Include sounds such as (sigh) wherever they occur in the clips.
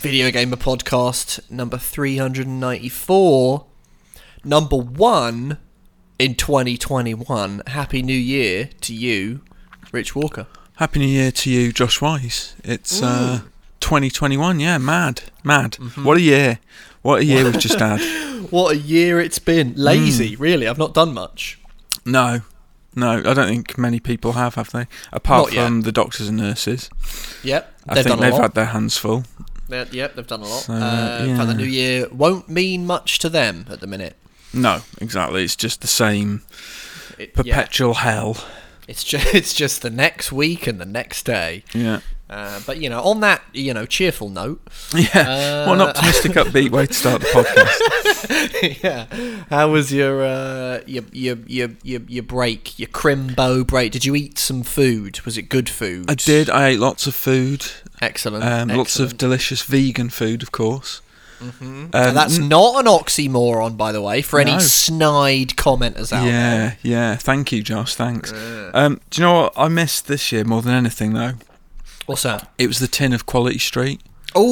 Video Gamer Podcast number 394. Number one in 2021. Happy New Year to you, Rich Walker. Happy New Year to you, Josh Wise. It's uh, 2021, yeah, mad, mad. Mm-hmm. What a year. What a (laughs) year we've just had. What a year it's been. Lazy, really. I've not done much. No, no, I don't think many people have, have they? Apart Not yet. from the doctors and nurses. Yep. I they've think done a they've lot. had their hands full. They're- yep, they've done a lot. So, uh, in fact, the yeah. new year won't mean much to them at the minute. No, exactly. It's just the same It- yeah. perpetual hell. It's just (laughs) it's just the next week and the next day. Yeah. Uh, but you know, on that you know cheerful note, (laughs) Yeah. what an Uh, optimistic, upbeat way to (laughs) start the podcast. yeah. How was your uh, your, your your your your break? Your crimbo break? Did you eat some food? Was it good food? I did. I ate lots of food, Excellent. um, lots of excellent. delicious vegan food, of course. Mm-hmm. Um, And that's n- not an oxymoron, by the way, for any No. snide commenters out yeah, there. yeah. Thank you, Josh. Thanks. Um, do you know what I missed this year more than anything though? What's that? It was the tin of Quality Street.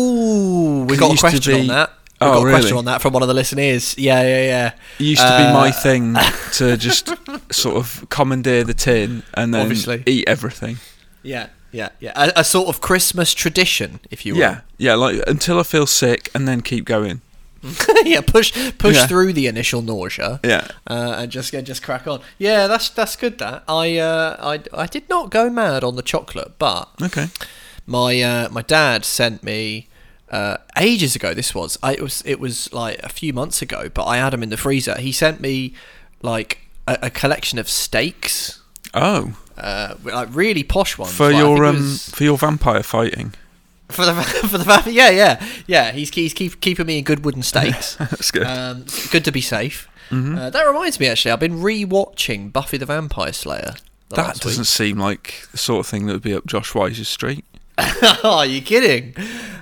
Oh, we 'Cause it got a used to question on be- that. We Oh, got a question really? on that from one of the listeners. Yeah, yeah, yeah. It used to be my Uh, (laughs) thing to just sort of commandeer the tin and then Obviously. eat everything. Yeah, yeah, yeah. A, a sort of Christmas tradition, if you will. Yeah, yeah. Like until I feel sick and then keep going. (laughs) yeah, push push Yeah. through the initial nausea. Yeah. Uh, and just yeah, just crack on. Yeah, that's that's good. That I uh, I I did not go mad on the chocolate, but Okay. my uh, my dad sent me uh, ages ago. This was I it was it was like a few months ago, but I had them in the freezer. He sent me like a, a collection of steaks, Oh, uh, like really posh ones for Like, I your think it um, was- (laughs) for your vampire fighting. for the (laughs) for the family. Yeah, yeah, yeah. He's he's keep, keeping me in good wooden stakes. That's good. Mm-hmm. Um, good to be safe. Uh, that reminds me, actually, I've been re-watching Buffy the Vampire Slayer. the that last week. doesn't seem like the sort of thing that would be up Josh Wise's street. oh, (laughs) are you kidding?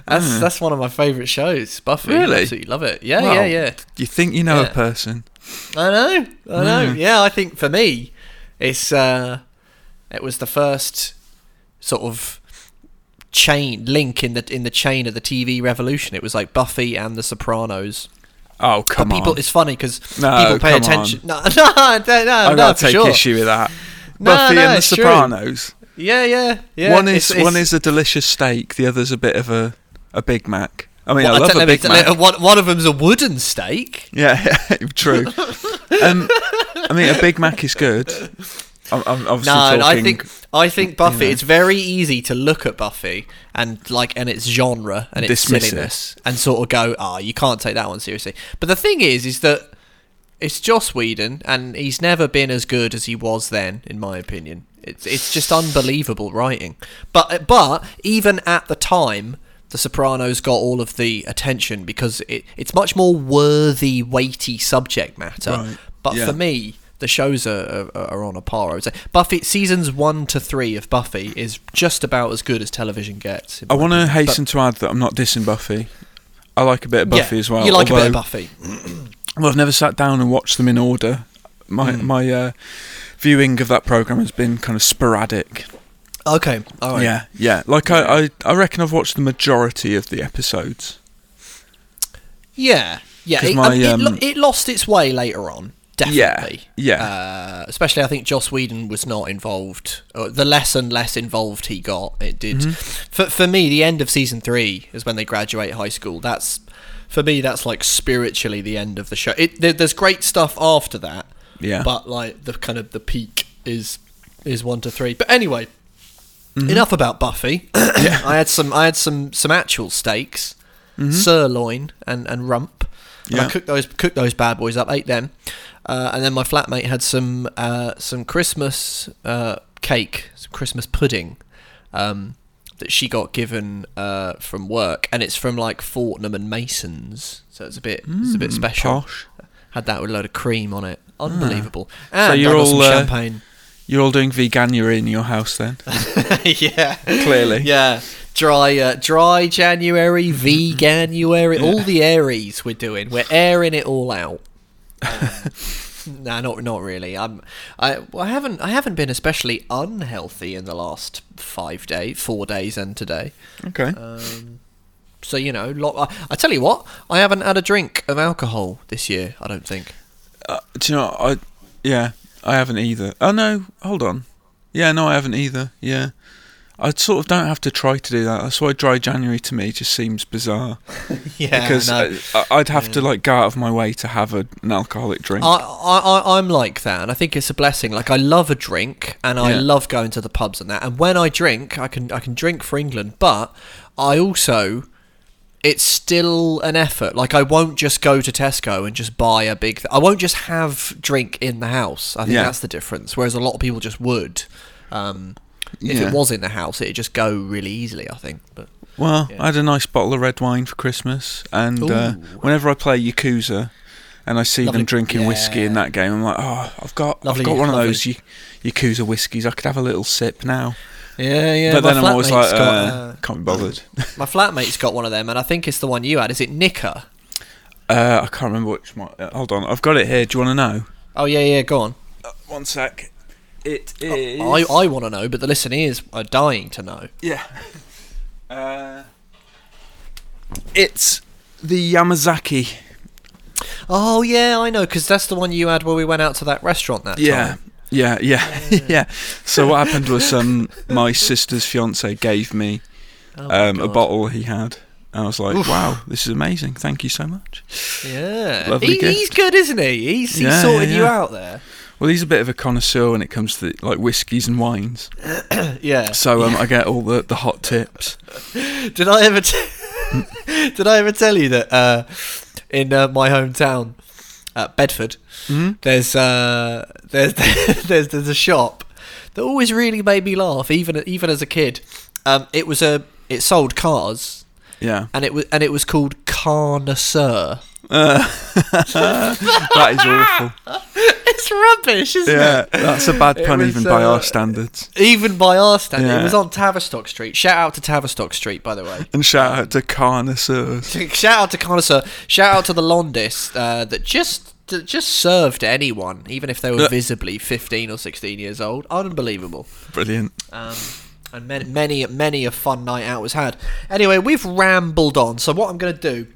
That's that's one of my favourite shows. Buffy, Really? absolutely love it. Yeah, yeah, Well, yeah. You think you know Yeah. a person? I know, I know. Yeah, I think for me, it's uh, it was the first sort of chain link in the in the chain of the TV revolution. It was like Buffy and The Sopranos. Oh come but people, on! it's funny because No, people pay come attention. (laughs) No, no, no, no, I Oh, no, gotta for take sure. issue with that. No, Buffy no, and the it's true. Sopranos. Yeah, yeah, yeah. one It's- is it's- one is a delicious steak. The other's a bit of a a Big Mac. I mean, Well, I I love don't- a let me- Big let- (laughs) Mac. One, one of them's a wooden steak. Yeah, (laughs) true. Um, I mean, a Big Mac is good. I'm, I'm obviously No, talking. and I think I think Buffy. know. It's very easy to look at Buffy and like and its genre and its Dismiss it. silliness and sort of go, ah, you can't take that one seriously. But the thing is, is that it's Joss Whedon, and he's never been as good as he was then, in my opinion. It's it's just unbelievable writing. But but even at the time. The Sopranos got all of the attention because it, it's much more worthy, weighty subject matter. Right, But yeah. for me, the shows are, are, are on a par. I would say Buffy seasons one to three of Buffy is just about as good as television gets. in I my want to opinion. hasten to add that I'm not dissing Buffy. I like a bit of But- Buffy yeah, as well. You like a bit although- of Buffy, Hmm. Well, I've never sat down and watched them in order. My my uh, viewing of that program has been kind of sporadic. okay? All right. Yeah, yeah. Like I, I, I reckon I've watched the majority of the episodes. Yeah, yeah. 'Cause It, my, I mean, it, lo- um, it lost its way later on, definitely. yeah. Uh, especially, I think Joss Whedon was not involved. Or the less and less involved he got, it did. Mm-hmm. For for me, the end of season three is when they graduate high school. That's for me. That's like spiritually the end of the show. It, there, there's great stuff after that. Yeah. But like the kind of the peak is is one to three. But anyway, Mm-hmm. enough about Buffy. I had some I had some some actual steaks, sirloin and and rump. And I Mm-hmm. Yeah. cooked those cooked those bad boys up, ate them, uh, and then my flatmate had some uh, some Christmas uh, cake, some Christmas pudding. Um, that she got given uh, from work, and it's from like Fortnum and Masons, so it's a bit it's a bit special. Mm, posh. Ah. Had that with a load of cream on it, unbelievable. And So you're I got some all, uh, champagne. You're all doing veganuary in your house (laughs) then? yeah, Clearly. yeah. Dry, uh, dry (laughs) January, veganuary, all the Aries we're doing. We're airing it all (laughs) out. Um, nah, not not really. I'm, I, well, I haven't, I haven't been especially unhealthy in the last five days, four days, and today. Okay. Um, So you know, lo- I, I tell you what, I haven't had a drink of alcohol this year. I don't (laughs) think. Uh, do you know? I yeah, I haven't either. Oh no, hold on. Yeah, no, I haven't either. Yeah, I sort of don't have to try to do that. That's why dry January to me just seems bizarre (laughs) Yeah, because no. I, I- I'd have to like go out of my way to have a, an alcoholic drink. I, I, I- I'm like that, and I think it's a blessing. Like I love a drink, and I Yeah. love going to the pubs and that. And when I drink, I can I can drink for England, but I also it's still an effort. Like I won't just go to Tesco and just buy a big. Th- I won't just have drink in the house. I think Yeah. that's the difference. Whereas a lot of people just would. Um, if Yeah. it was in the house, it'd just go really easily. I think. But Well, Yeah. I had a nice bottle of red wine for Christmas, and uh, Ooh. whenever I play Yakuza, and I see Lovely- them drinking whiskey in yeah. that game, I'm like, oh, I've got, Lovely, I've got one lovely. of those y- Yakuza whiskies. I could have a little sip now, yeah, yeah. but then I'm always like, uh, can't be bothered. (laughs) my flatmate's got one of them, and I think it's the one you had. Is it Nicker? Uh, I can't remember which. My, uh, hold on, I've got it here. Do you want to know? Oh yeah, yeah. Go on. Uh, one sec. It is. Uh, I, I want to know, but the listeners are dying to know. Yeah. (laughs) Uh, it's the Yamazaki. Oh yeah, I know, because that's the one you had when we went out to that restaurant that yeah. time. Yeah, yeah, (laughs) yeah. So what happened was, um, my sister's fiance gave me Oh, my um, a God. bottle he had, and I was like, Oof. "Wow, this is amazing! Thank you so much." Yeah, Lovely he, gift. he's good, isn't he? He's, he's Yeah, sorted yeah, you yeah. out there. (laughs) Well, he's a bit of a connoisseur when it comes to like whiskies and wines, Yeah. so um, I get all the, the hot tips. Did I ever t- (laughs) did I ever tell you that uh, in uh, my hometown, uh, Bedford, Mhm. there's uh, there's (laughs) there's there's a shop that always really made me laugh, even even as a kid. Um, it was a it sold cars, Yeah, and it was and it was called Carnasseur. that is awful. (laughs) It's rubbish, isn't (laughs) Yeah, it? that's a bad It pun was, even by uh, our standards. Even by our standard, it Yeah. was on Tavistock Street. Shout out to Tavistock Street, by the way. (laughs) And shout out to connoisseurs. Shout out to Connoisseur. Shout out to the Londis uh, that just that just served anyone, even if they were Yeah. visibly 15 or 16 years old. Unbelievable. Brilliant. Um, and many, many, many a fun night out was had. Anyway, we've rambled on. So what I'm going to do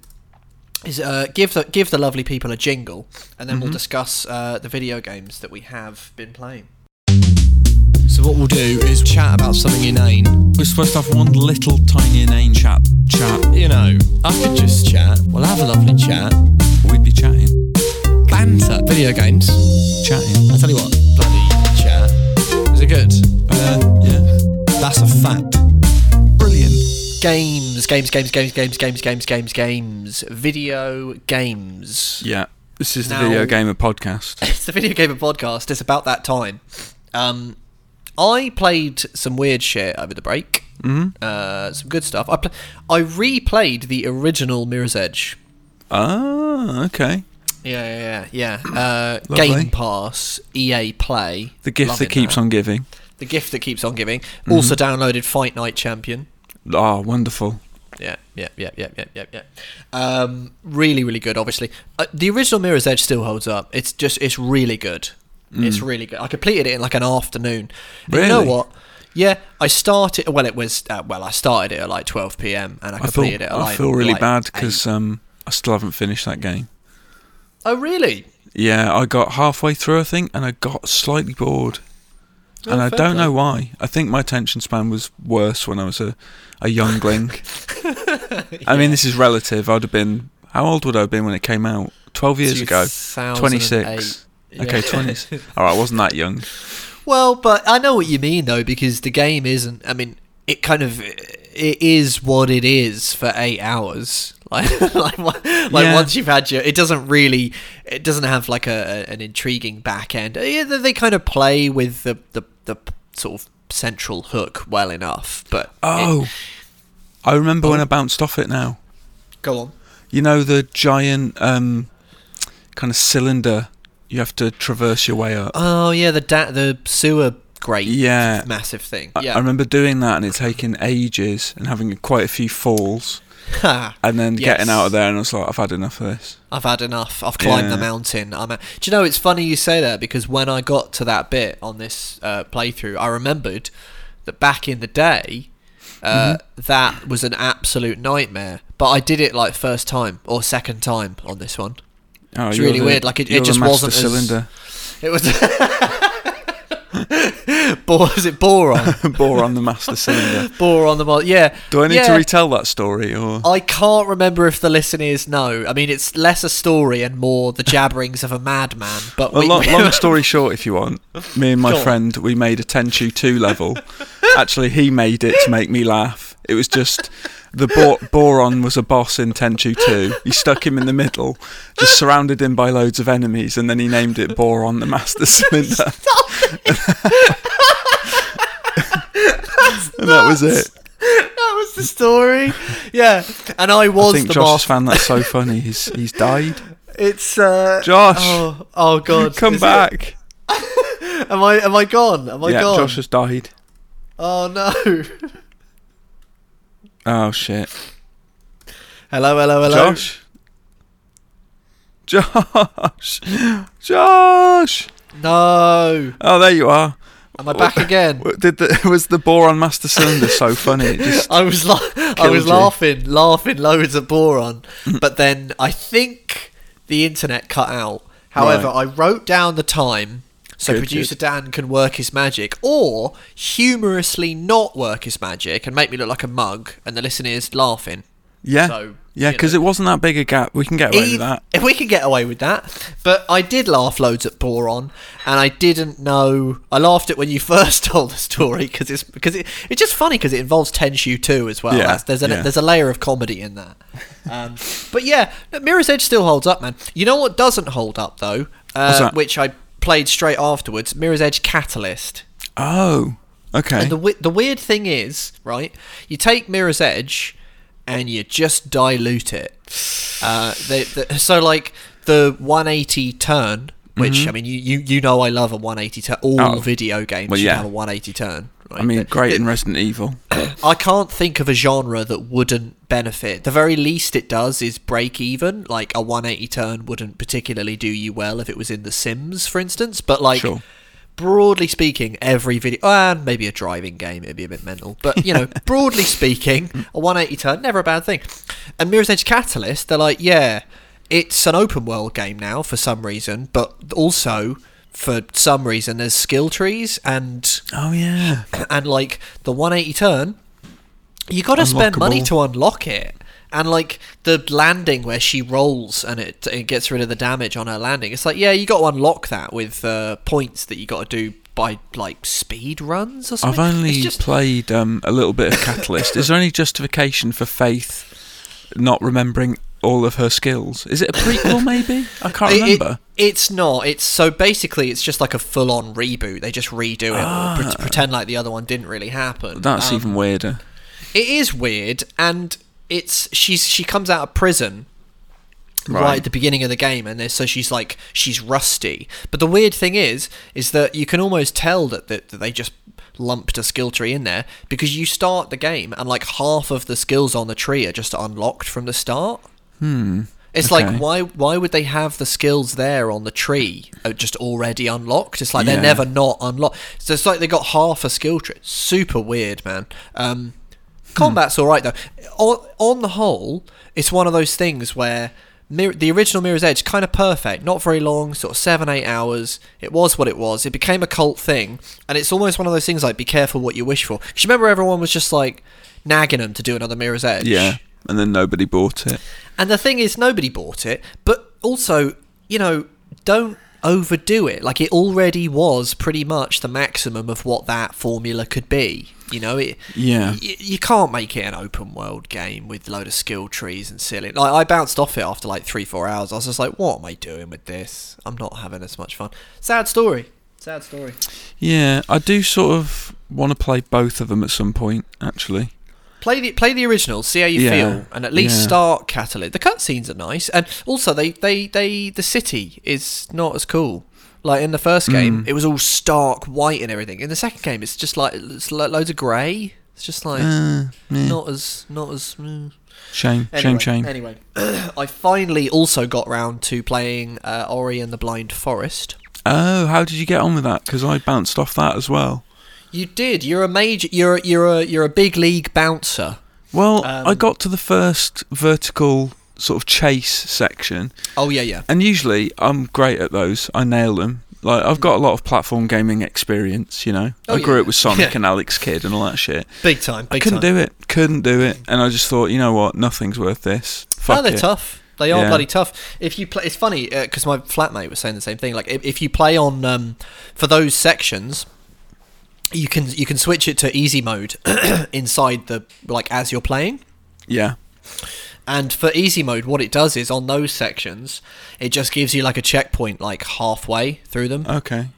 is uh, give the give the lovely people a jingle, and then we'll discuss uh, the video games that we have been playing. So what we'll do is chat about something inane. We're supposed to have one little tiny inane chat. Chat. You know, I could just chat. We'll have a lovely chat. We'd be chatting, Banter. Video games. chatting. I tell you what, bloody chat. Is it good? Uh, yeah, That's a fact. brilliant. Games, games, games, games, games, games, games, games, games. Video games. (laughs) Yeah, this is the Now- video gamer podcast. It's the video gamer podcast. It's about that time. Um, I played some weird shit over the break. Mm-hmm. Uh, some good stuff. I pl- I replayed the original Mirror's Edge. Ah, okay. Yeah, yeah, yeah. yeah. Uh, Lovely. Game Pass, EA Play. The gift Loving that keeps on Mm-hmm. giving. The gift that keeps on giving. Also downloaded Fight Night Champion. Ah, wonderful. Yeah, yeah, yeah, yeah, yeah, yeah, yeah. Um, really, really good. Obviously, uh, the original Mirror's Edge still holds up. It's just, it's really good. It's really good. I completed it in like an afternoon. And You know Mm. Really? what? Yeah, I started. Well, it was. Uh, well, I started it at like 12 p.m. and I I feel, completed it. At I like, feel really like bad 'cause bad eight. because um, I still haven't finished that game. Oh, really? Yeah, I got halfway through, I think, and I got slightly bored. Oh, and I fair don't play. know why. I think my attention span was worse when I was a, a youngling. (laughs) I mean, this is relative. I'd have been. How old would I have been when it came out? 12 years ago. 26. Okay, 20. (laughs) All right, I wasn't that young. Well, but I know what you mean though, because the game isn't. I mean, it kind of it is what it is for eight hours. (laughs) Like, like, wa- like Yeah. once you've had your, it doesn't really, it doesn't have like a, a an intriguing back end. Yeah, they, they kind of play with the, the the sort of central hook well enough, but it- Oh, I remember Oh. when I bounced off it now. go on. You know the giant um, kind of cylinder you have to traverse your way up. Oh yeah, the da- the sewer grate, Yeah. massive thing. I, I Yeah, remember doing that and it taking ages and having quite a few falls (laughs) Ha. and then Yes. getting out of there and I was like, I've had enough of this. I've had enough. I've climbed the Yeah. mountain. I'm. Out. Do you know? It's funny you say that because when I got to that bit on this uh, playthrough, I Mm-hmm. remembered that back in the day, uh, that was an absolute nightmare. but I did it like first time or second time on this one. Oh, It's you're really the- weird, like, it- it you're the just master wasn't as- (laughs) cylinder. (laughs) It was. Bor was it (laughs) boron? Boron the master cylinder. Boron the mod. Yeah. Do I need Yeah. Oh, to retell that story or? I can't remember if the listeners know. I mean, it's less a story and more the jabberings of a madman. But Well, we, (laughs) long, long story short, if you want, me and my Go on. friend, we made a Tenchu (laughs) 2 level. Actually, he made it to make me laugh. It was just the Bor- Boron was a boss in Tenchu 2. He stuck him in the middle, just surrounded him by loads of enemies, and then he named it Boron the Master (laughs) Cylinder. and that was it. (laughs) that was the story. Yeah, and I I was think the Josh has master. found that so funny. He's (laughs) he's died. It's uh, Josh! Oh, oh God, (laughs) Come is it- Oh, back. Am I am I gone? Am I yeah, gone? Josh has died. Oh no! (laughs) Oh shit. Hello, hello, hello. Josh. Josh. Josh. No, Oh, there you are. am I back again? W- (laughs) Did the, was the boron master cylinder so funny? It (laughs) just I was la- I Killed was you. laughing, laughing loads at boron, but then I think the internet cut out. However, I wrote down the time so Good, producer Dan can work his magic, or humorously not work his magic and make me look like a mug, and the listener is laughing. yeah, So, yeah, you because it know. wasn't that big a gap. We can get away Ev- with that. If we can get away with that. But I did laugh loads at Boron, and I didn't know. I laughed at when you (laughs) first told the story because it's because it, it's just funny because it involves Tenshu too as well. Yeah, That's, there's a yeah. there's a layer of comedy in (laughs) that. Um, but yeah, no, Mirror's Edge still holds up, man. You know what doesn't hold up though, uh, that? which I played straight afterwards. Mirror's Edge Catalyst. Oh, okay. And the wi- the weird thing is, right? You take Mirror's Edge, and you just dilute it. Uh, the the so like the 180 turn, which I mean, you, you you know, I love a 180 turn. All Mm-hmm. Oh. video games Well, should yeah. have a 180 turn. Right? (laughs) I mean, But great it- in Resident Evil. I can't think of a genre that wouldn't benefit. The very least it does is break even. Like a 180 turn wouldn't particularly do you well if it was in The Sims, for instance. But like, Sure. broadly speaking, every video and maybe a driving game, it'd be a bit mental. But you know, broadly speaking, a 180 turn never a bad thing. And Mirror's Edge Catalyst, they're like, yeah, it's an open world game now for some reason, but also for some reason there's skill trees and Oh yeah, (coughs) and like the 180 turn, you got to spend money Unlockable. to unlock it. And like the landing where she rolls and it it gets rid of the damage on her landing. It's like yeah, you got to unlock that with uh, points that you got to do by like speed runs or I've something. only It's just- played um, a little bit of Catalyst. Is there any justification for Faith not remembering all of her skills? Is it a prequel? Maybe I can't It- it- remember. it's not. It's so basically, it's just like a full-on reboot. They just redo it or pre- pretend like the other one didn't really happen. Ah. That's Um, even weirder. It is weird, and it's she's she comes out of prison right, Right. at the beginning of the game, and there's- so she's like she's rusty. But the weird thing is, is that you can almost tell that that, that they just lumped a skill tree in there because you start the game and like half of the skills on the tree are just unlocked from the start. It's Hmm. Okay. like why why would they have the skills there on the tree uh, just already unlocked? It's like Yeah. they're never not unlocked. So it's like they got half a skill tree. Super weird, man. Um, combat's all right though. On, on the whole, it's one of those things where Mir- the original Mirror's Edge kind of perfect, not very long, sort of seven eight hours. It was what it was. It became a cult thing, and it's almost one of those things like be careful what you wish for. 'Cause you remember everyone was just like nagging them to do another Mirror's Edge. Yeah, and then nobody bought it. And the thing is, nobody bought it, but also, you know, don't overdo it. Like, it already was pretty much the maximum of what that formula could be. You know, it. Yeah. y- you can't make it an open world game with load of skill trees and silly. Like I bounced off it after like three, four hours. I was just like, "What am I doing with this? I'm not having as much fun." Sad story. Sad story. Yeah, I do sort of want to play both of them at some point, actually. Play the play the original, see how you Yeah, feel, and at least yeah. start Catalyst. The cutscenes are nice, and also they, they, they the city is not as cool. Like in the first Hmm. game, it was all stark white and everything. In the second game, it's just like it's lo- loads of grey. It's just like Uh, yeah. not as not as. mm. Shame, Anyway, shame, shame. Anyway, (clears throat) I finally also got round to playing uh, Ori and the Blind Forest. Oh, how did you get on with that? Because I bounced off that as well. You did. You're a major. You're a- you're a, you're a big league bouncer. Well, Um, I got to the first vertical sort of chase section, Oh yeah, yeah. and usually I'm great at those. I nail them. Like I've got a lot of platform gaming experience, you know. Oh, I grew yeah. up with Sonic Yeah. and Alex Kidd and all that shit. Big time. I Big couldn't time. do it. Couldn't do it. And I just thought, you know what? Nothing's worth this. Fuck no, Oh, they're it. tough. They are Yeah. bloody tough. If you play, it's funny because my flatmate was saying the same thing. Like if, if you play on um, for those sections, you can you can switch it to easy mode (clears throat) inside the like as you're playing. Yeah. And for easy mode, what it does is on those sections, it just gives you like a checkpoint like halfway through them. Okay.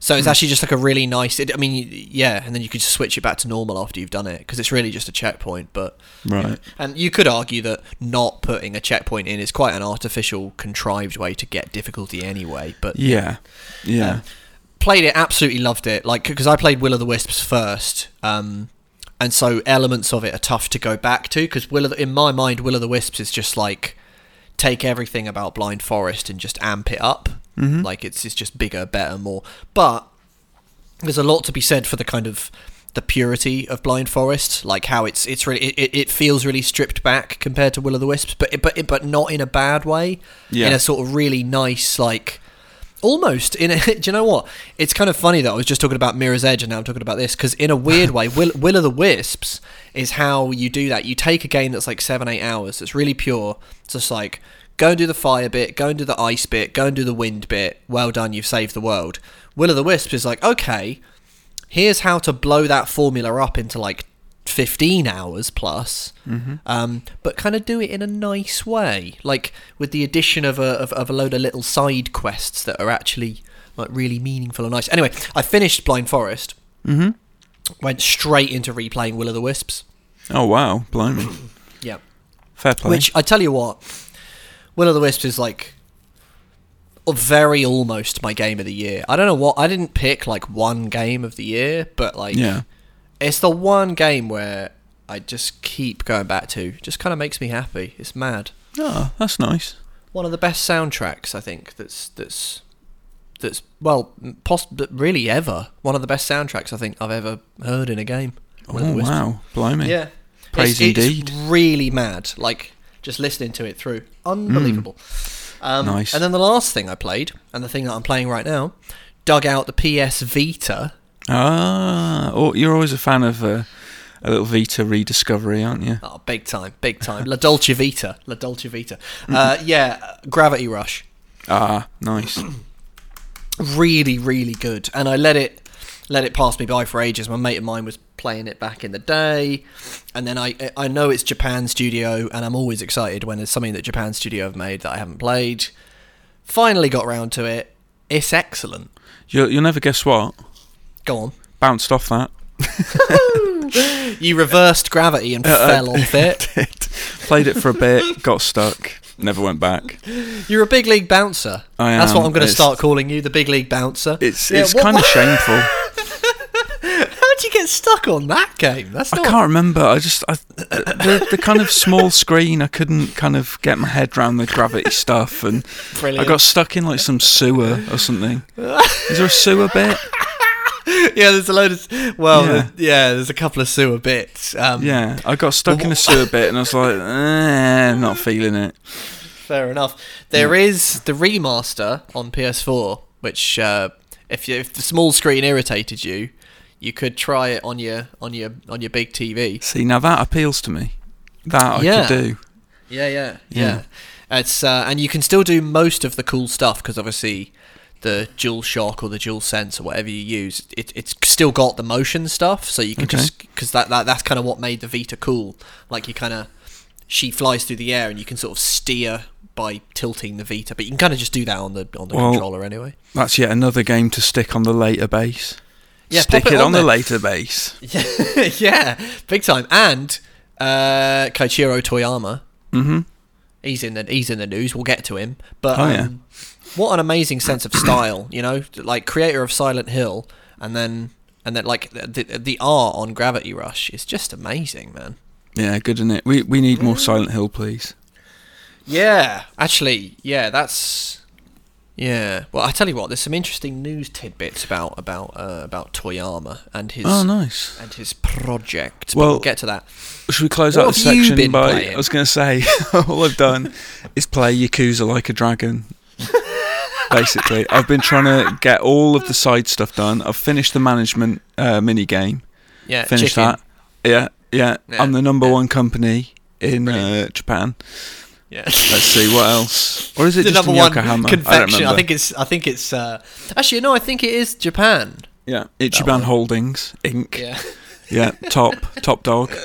So it's actually just like a really nice. It, I mean, yeah, and then you could just switch it back to normal after you've done it because it's really just a checkpoint. But Right. and you could argue that not putting a checkpoint in is quite an artificial, contrived way to get difficulty anyway. But Yeah. Yeah. um, played it, absolutely loved it. Like because I played Will of the Wisps first, um, and so elements of it are tough to go back to because Will of the, in my mind, Will of the Wisps is just like take everything about Blind Forest and just amp it up. Like it's it's just bigger, better, more. But there's a lot to be said for the kind of the purity of Blind Forest, like how it's it's really it, it feels really stripped back compared to Will of the Wisps, but it, but it, but not in a bad way. Yeah. In a sort of really nice like almost in a (laughs) do you know what? It's kind of funny that I was just talking about Mirror's Edge and now I'm talking about this because in a weird way, Will Will of the Wisps is how you do that. You take a game that's like seven eight hours, that's really pure. It's just like go and do the fire bit, go and do the ice bit, go and do the wind bit. Well done, you've saved the world. Will of the Wisps is like okay here's how to blow that formula up into like 15 hours plus um, but kind of do it in a nice way like with the addition of a, of, of a load of little side quests that are actually like really meaningful and nice anyway i finished blind forest mm-hmm. went straight into replaying will of the wisps Oh wow, blimey. yeah Fair play. which I tell you what, Will o' the Wisp is like very almost my game of the year. I don't know what I didn't pick like one game of the year, but like yeah. it's the one game where I just keep going back to. Just kind of makes me happy. It's mad. Oh, that's nice. One of the best soundtracks I think that's that's that's well poss- but really ever one of the best soundtracks I think I've ever heard in a game. Will o' the Oh Wisp. wow, blimey. Yeah. Praise it's, indeed. It's really mad. Like just listening to it through, unbelievable. Um, Mm. Nice. And then the last thing I played, and the thing that I'm playing right now, dug out the PS Vita. Ah, oh, you're always a fan of uh, a little Vita rediscovery, aren't you? Oh, big time, big time. La Dolce Vita, La Dolce Vita. (laughs) Uh, yeah, Gravity Rush. Ah, nice. really really good and i let it let it pass me by for ages my mate of mine was playing it back in the day and then i i know it's japan studio and i'm always excited when there's something that japan studio have made that i haven't played finally got round to it it's excellent You'll, you'll never guess what go on bounced off that. you reversed gravity Uh, and fell off (laughs) it Played it for a bit, got stuck, never went back. you're a big league bouncer I that's what am. i'm going to It's- start calling you the big league bouncer It's Yeah, it's what- kind of what- shameful. how'd you get stuck on that game that's I not can't remember. I just I, the the kind of small screen. I couldn't kind of get my head round the gravity stuff, and Brilliant. I got stuck in like some sewer or something. Is there a sewer bit? (laughs) yeah, there's a load of well, yeah, Yeah. there's, yeah, there's a couple of sewer bits. Um, Yeah, I got stuck in a sewer bit, and I was like, eh, not feeling it. fair enough. There is the remaster on PS4, which uh, if you, if the small screen irritated you, you could try it on your on your on your big TV. See, now that appeals to me. That I Yeah. could do. Yeah, yeah, Yeah. yeah. It's uh, and you can still do most of the cool stuff because obviously the dual shock or the dual sense or whatever you use, it, it's still got the motion stuff. So you can Okay. just because that, that that's kind of what made the Vita cool. Like you kind of she flies through the air and you can sort of steer by tilting the Vita, but you can kind of just do that on the on the Well, controller anyway. (laughs) That's yet another game to stick on the later base. Yeah, stick pop it, it on, on the there. later base. yeah, big time. And uh, Koichiro Toyama, hmm he's in the he's in the news. We'll get to him. But Oh, um, yeah. what an amazing sense of style, you know, like creator of Silent Hill, and then and then like the the art on Gravity Rush is just amazing, man. Yeah, good isn't it? We we need more Silent Hill, please. Yeah, actually, yeah, that's Yeah. Well, I tell you what, there's some interesting news tidbits about about uh, about Toyama and his Oh, nice. and his project. But Well, we'll get to that. Should we close What out the have you section been by? playing? I was going to say (laughs) all I've done is play Yakuza like a dragon. (laughs) Basically, I've been trying to get all of the side stuff done. I've finished the management uh, mini game. Yeah. Finished chicken. that. Yeah, yeah, Yeah, I'm the number yeah. one company in uh, Japan. (laughs) Yeah. Let's see what else. Or is it the just number in one Yokohama? I don't confection. remember. I, think it's. I think it's. Uh, actually, no. I think it is Japan. yeah, that one. Ichiban Holdings Inc. Yeah. yeah, top (laughs) top dog. Uh,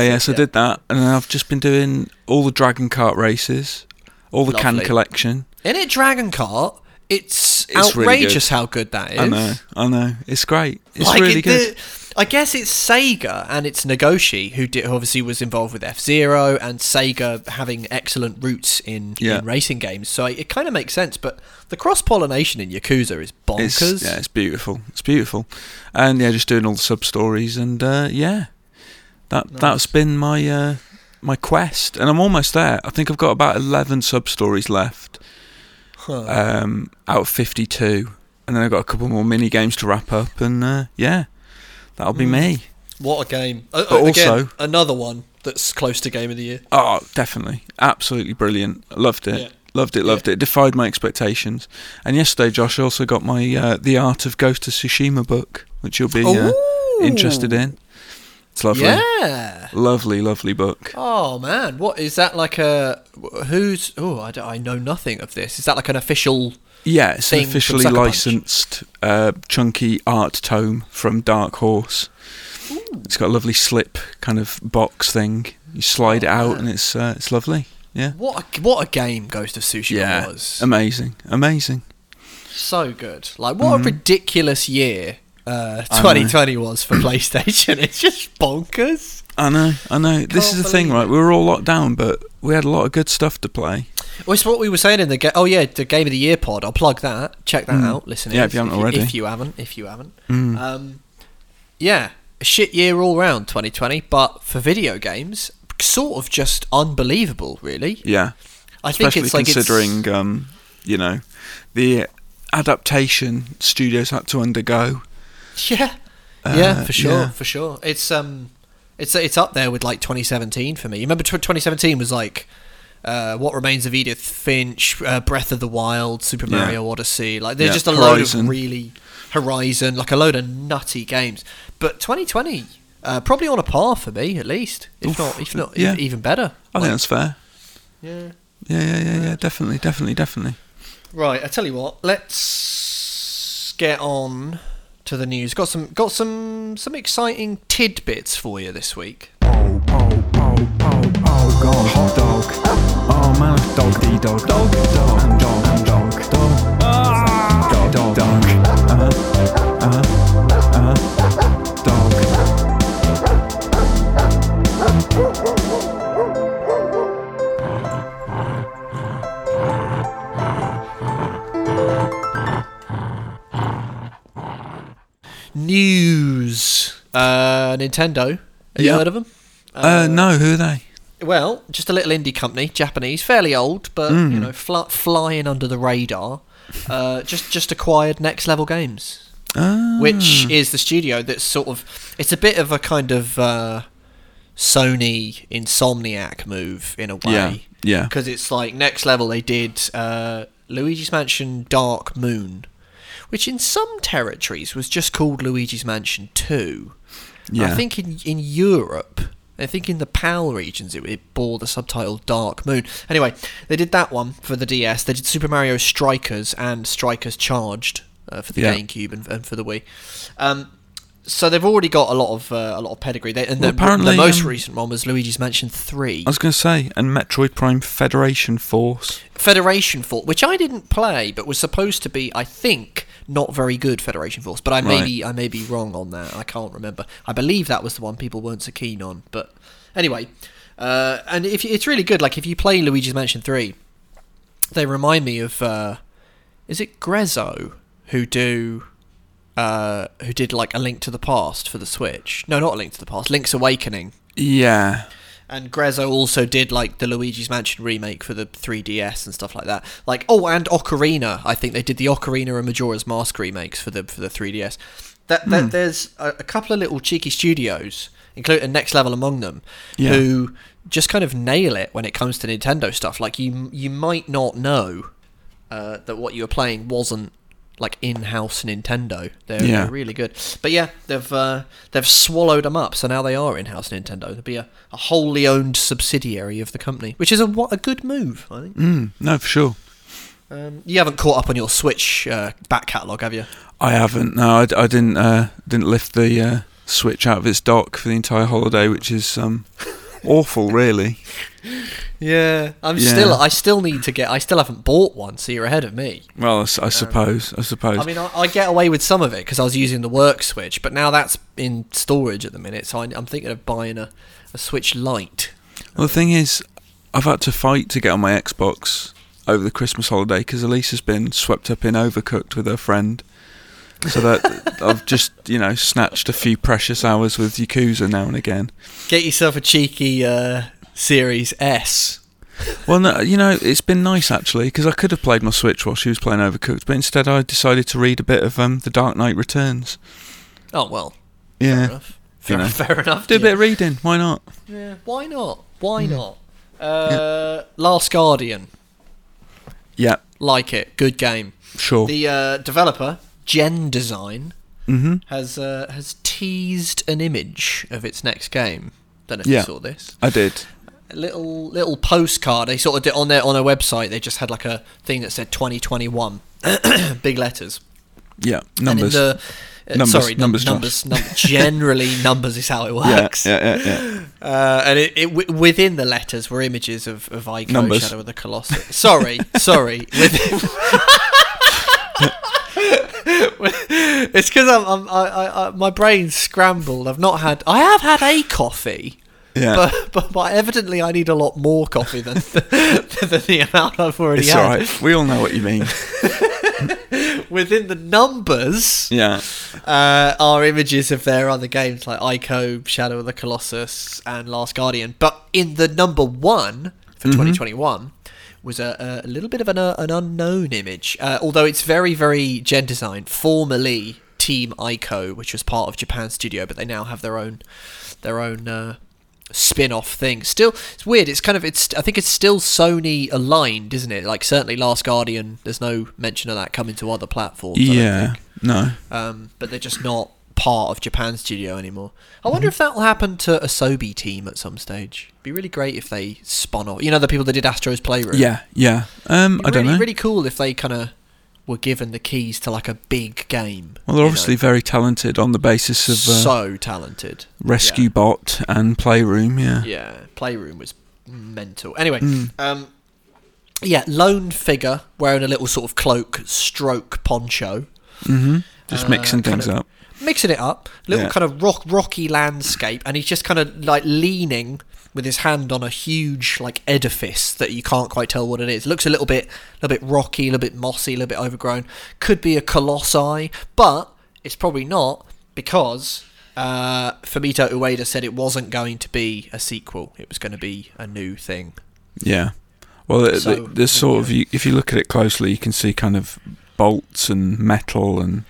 yeah, so I yeah. did that, and then I've just been doing all the Dragon Kart races, all the Lovely. can collection. In it, Dragon Kart. It's, It's really good. outrageous how good that is. I know, I know, it's great. It's Like, really it- good. the- I guess it's Sega and it's Nagoshi who, did, who obviously was involved with F Zero and Sega having excellent roots in, Yeah. in racing games. So it, kind of makes sense. But the cross pollination in Yakuza is It's, bonkers. yeah, it's beautiful. It's beautiful, and yeah, just doing all the sub stories, and uh, yeah, that that's been my uh, my quest, and I'm almost there. I think I've got about eleven sub stories left, Huh. um, out of fifty two, and then I've got a couple more mini games to wrap up, and uh, yeah, that'll be Mm. me. What a game! Uh, But uh, again, also- another one that's close to game of the year. Oh, definitely. Absolutely brilliant. Loved it. Yeah. Loved it, loved it. Defied my expectations. And yesterday, Josh also got my uh, The Art of Ghost of Tsushima book, which you'll be uh, interested in. It's lovely. Yeah. Lovely, lovely book. Oh man, what is that like? A who's? Oh, I, don't- I know nothing of this. Is that like an official? Yeah, it's an thing from officially Sucker Punch. licensed uh, chunky art tome from Dark Horse. It's got a lovely slip kind of box thing. You slide it out, and it's uh, it's lovely. Yeah. What a, what a game Ghost of Tsushima Yeah. Um, was. Amazing. Amazing. so good. Like what a ridiculous year uh, mm-hmm. I know. 2020 was for (laughs) PlayStation. it's just bonkers. I know, I know. this Can't is the thing, believe right? We were all locked down, but we had a lot of good stuff to play. Well, it's what we were saying in the game. Oh yeah, the game of the year pod. I'll plug that. Check that out. Listen, Mm. Yeah, if you haven't already. Mm. if you haven't, if you haven't. Um, yeah, a shit year all round, 2020. But for video games, sort of just unbelievable, really. Yeah, I especially think it's like considering, It's, um, you know, the adaptation studios had to undergo. (laughs) yeah, yeah, Uh, for sure, yeah. for sure. It's um, it's it's up there with like 2017 for me. You remember tw- 2017 was like. Uh, what remains of Edith Finch, uh, Breath of the Wild, Super Yeah. Mario Odyssey. Like there's Yeah, just a load Horizon. of really Horizon, like a load of nutty games. But 2020, uh, probably on a par for me at least, if Oof, not, if not, e- yeah. even better. I think Like, that's fair. yeah. Yeah, yeah, yeah, yeah. Definitely, definitely, definitely. Right, I tell you what, let's get on to the news. Got some got some some exciting tidbits for you this week. Oh, oh, oh, oh, oh, God, hot dog. Oh, man, dog, dee, dog, dog, dog, and dog, and dog, dog, dog, dog, dog, uh, uh, uh, dog. News. Uh Nintendo. Have you Yeah. heard of them? Uh, no, who are they? Well, just a little indie company, Japanese, fairly old, but Mm. you know, fl- flying under the radar. Uh, just just acquired Next Level Games, Ah, which is the studio that's sort of it's a bit of a kind of uh, Sony Insomniac move in a yeah, way yeah. because it's like Next Level. They did uh, Luigi's Mansion Dark Moon, which in some territories was just called Luigi's Mansion Two. Yeah. I think in in Europe, I think in the PAL regions, it, it bore the subtitle Dark Moon. Anyway, they did that one for the DS. They did Super Mario Strikers and Strikers Charged uh, for the Yeah. GameCube and, and for the Wii. Um, so they've already got a lot of uh, a lot of pedigree. They, and Well, the, apparently, the most um, recent one was Luigi's Mansion Three I was going to say, and Metroid Prime Federation Force. Federation Force, which I didn't play, but was supposed to be, I think, not very good Federation Force. But I may Right. be I may be wrong on that. I can't remember. I believe that was the one people weren't so keen on. But anyway, uh, and if you, it's really good. Like if you play Luigi's Mansion Three, they remind me of uh, is it Grezzo who do. Uh, who did like a Link to the Past for the Switch? No, not a Link to the Past. Link's Awakening Yeah, And Grezzo also did like the Luigi's Mansion remake for the 3DS and stuff like that. Like oh, and Ocarina. I think they did the Ocarina and Majora's Mask remakes for the for the 3DS. That, that there's a, a couple of little cheeky studios, including Next Level among them, Yeah. who just kind of nail it when it comes to Nintendo stuff. Like you you might not know uh, that what you were playing wasn't like in-house Nintendo. They're, Yeah. they're really good. But yeah, they've uh, they've swallowed them up, so now they are in-house Nintendo. They'll be a, a wholly owned subsidiary of the company, which is a what a good move. I think Mm, no, for sure. um, you haven't caught up on your Switch uh, back catalogue, have you? I haven't. No, I, d- I didn't. Uh, didn't lift the uh, switch out of its dock for the entire holiday, which is um, (laughs) awful, really. Yeah, I'm Yeah. still I still need to get I still haven't bought one, so you're ahead of me. Well, I, s- Um, I suppose. I suppose. I mean, I, I get away with some of it because I was using the work Switch, but now that's in storage at the minute, so I, I'm thinking of buying a, a Switch Lite. well, the thing is, I've had to fight to get on my Xbox over the Christmas holiday because Elise has been swept up in Overcooked with her friend. (laughs) So that I've just, you know, snatched a few precious hours with Yakuza now and again. Get yourself a cheeky uh, Series S. Well, no, you know, it's been nice actually because I could have played my Switch while she was playing Overcooked, but instead I decided to read a bit of um, The Dark Knight Returns. Oh well, fair Yeah, enough. Fair, know. (laughs) fair enough. do a yeah. bit of reading. Why not? Yeah, Why not? Hmm. Why not? Uh, Last Guardian, Yeah, like it, good game. sure. The uh, developer Gen Design mm-hmm. has uh, has teased an image of its next game. Don't know if you Yeah. saw this. I did. A little little postcard. They sort of did on their on their website. They just had like a thing that said 2021, (clears throat) big letters. Yeah, numbers. And in the, uh, Numbers, sorry, num- numbers, numbers. Josh. num- (laughs) generally, numbers is how it yeah, works. yeah, yeah, (laughs) yeah. Uh, and it, it w- within the letters were images of of Ico, Numbers. Shadow of the Colossus. Sorry, sorry. Within- (laughs) it's because I'm, I'm I, I, I, my brain's scrambled. I've not had. I have had a coffee. Yeah. But, but but evidently I need a lot more coffee than (laughs) than the amount I've already It's had. all right. We all know what you (laughs) mean. Within the numbers, yeah, uh, are images of their other games like Ico, Shadow of the Colossus, and Last Guardian. But in the number one for 2021 was a, a little bit of an, uh, an unknown image, uh, although it's very, very gen design. Formerly Team Ico, which was part of Japan Studio, but they now have their own their own uh, spin-off thing. Still, it's weird. It's kind of it's. I think it's still Sony aligned, isn't it? Like certainly Last Guardian. There's no mention of that coming to other platforms. I don't think yeah. No, um, but they're just not part of Japan Studio anymore. I wonder if that will happen to a Sobi team at some stage. Be really great if they spun off. You know, the people that did Astro's Playroom. yeah, yeah. Um, Be I don't really, know. Really cool if they kind of were given the keys to like a big game. well, they're you obviously know. very talented on the basis of uh, so talented. Rescue yeah. Bot and Playroom. Yeah, Yeah, Playroom was mental. Anyway, Hmm. um, yeah, lone figure wearing a little sort of cloak, stroke poncho. Mm-hmm. just Uh, mixing kind things of- up. mixing it up, little Yeah. kind of rock rocky landscape, and he's just kind of like leaning with his hand on a huge like edifice that you can't quite tell what it is. Looks a little bit, a little bit rocky, a little bit mossy, a little bit overgrown. Could be a colossi, but it's probably not because. Uh, Fumito Ueda said it wasn't going to be a sequel. It was going to be a new thing. Yeah. Well, the, So- the, there's sort of you, if you look at it closely, you can see kind of bolts and metal and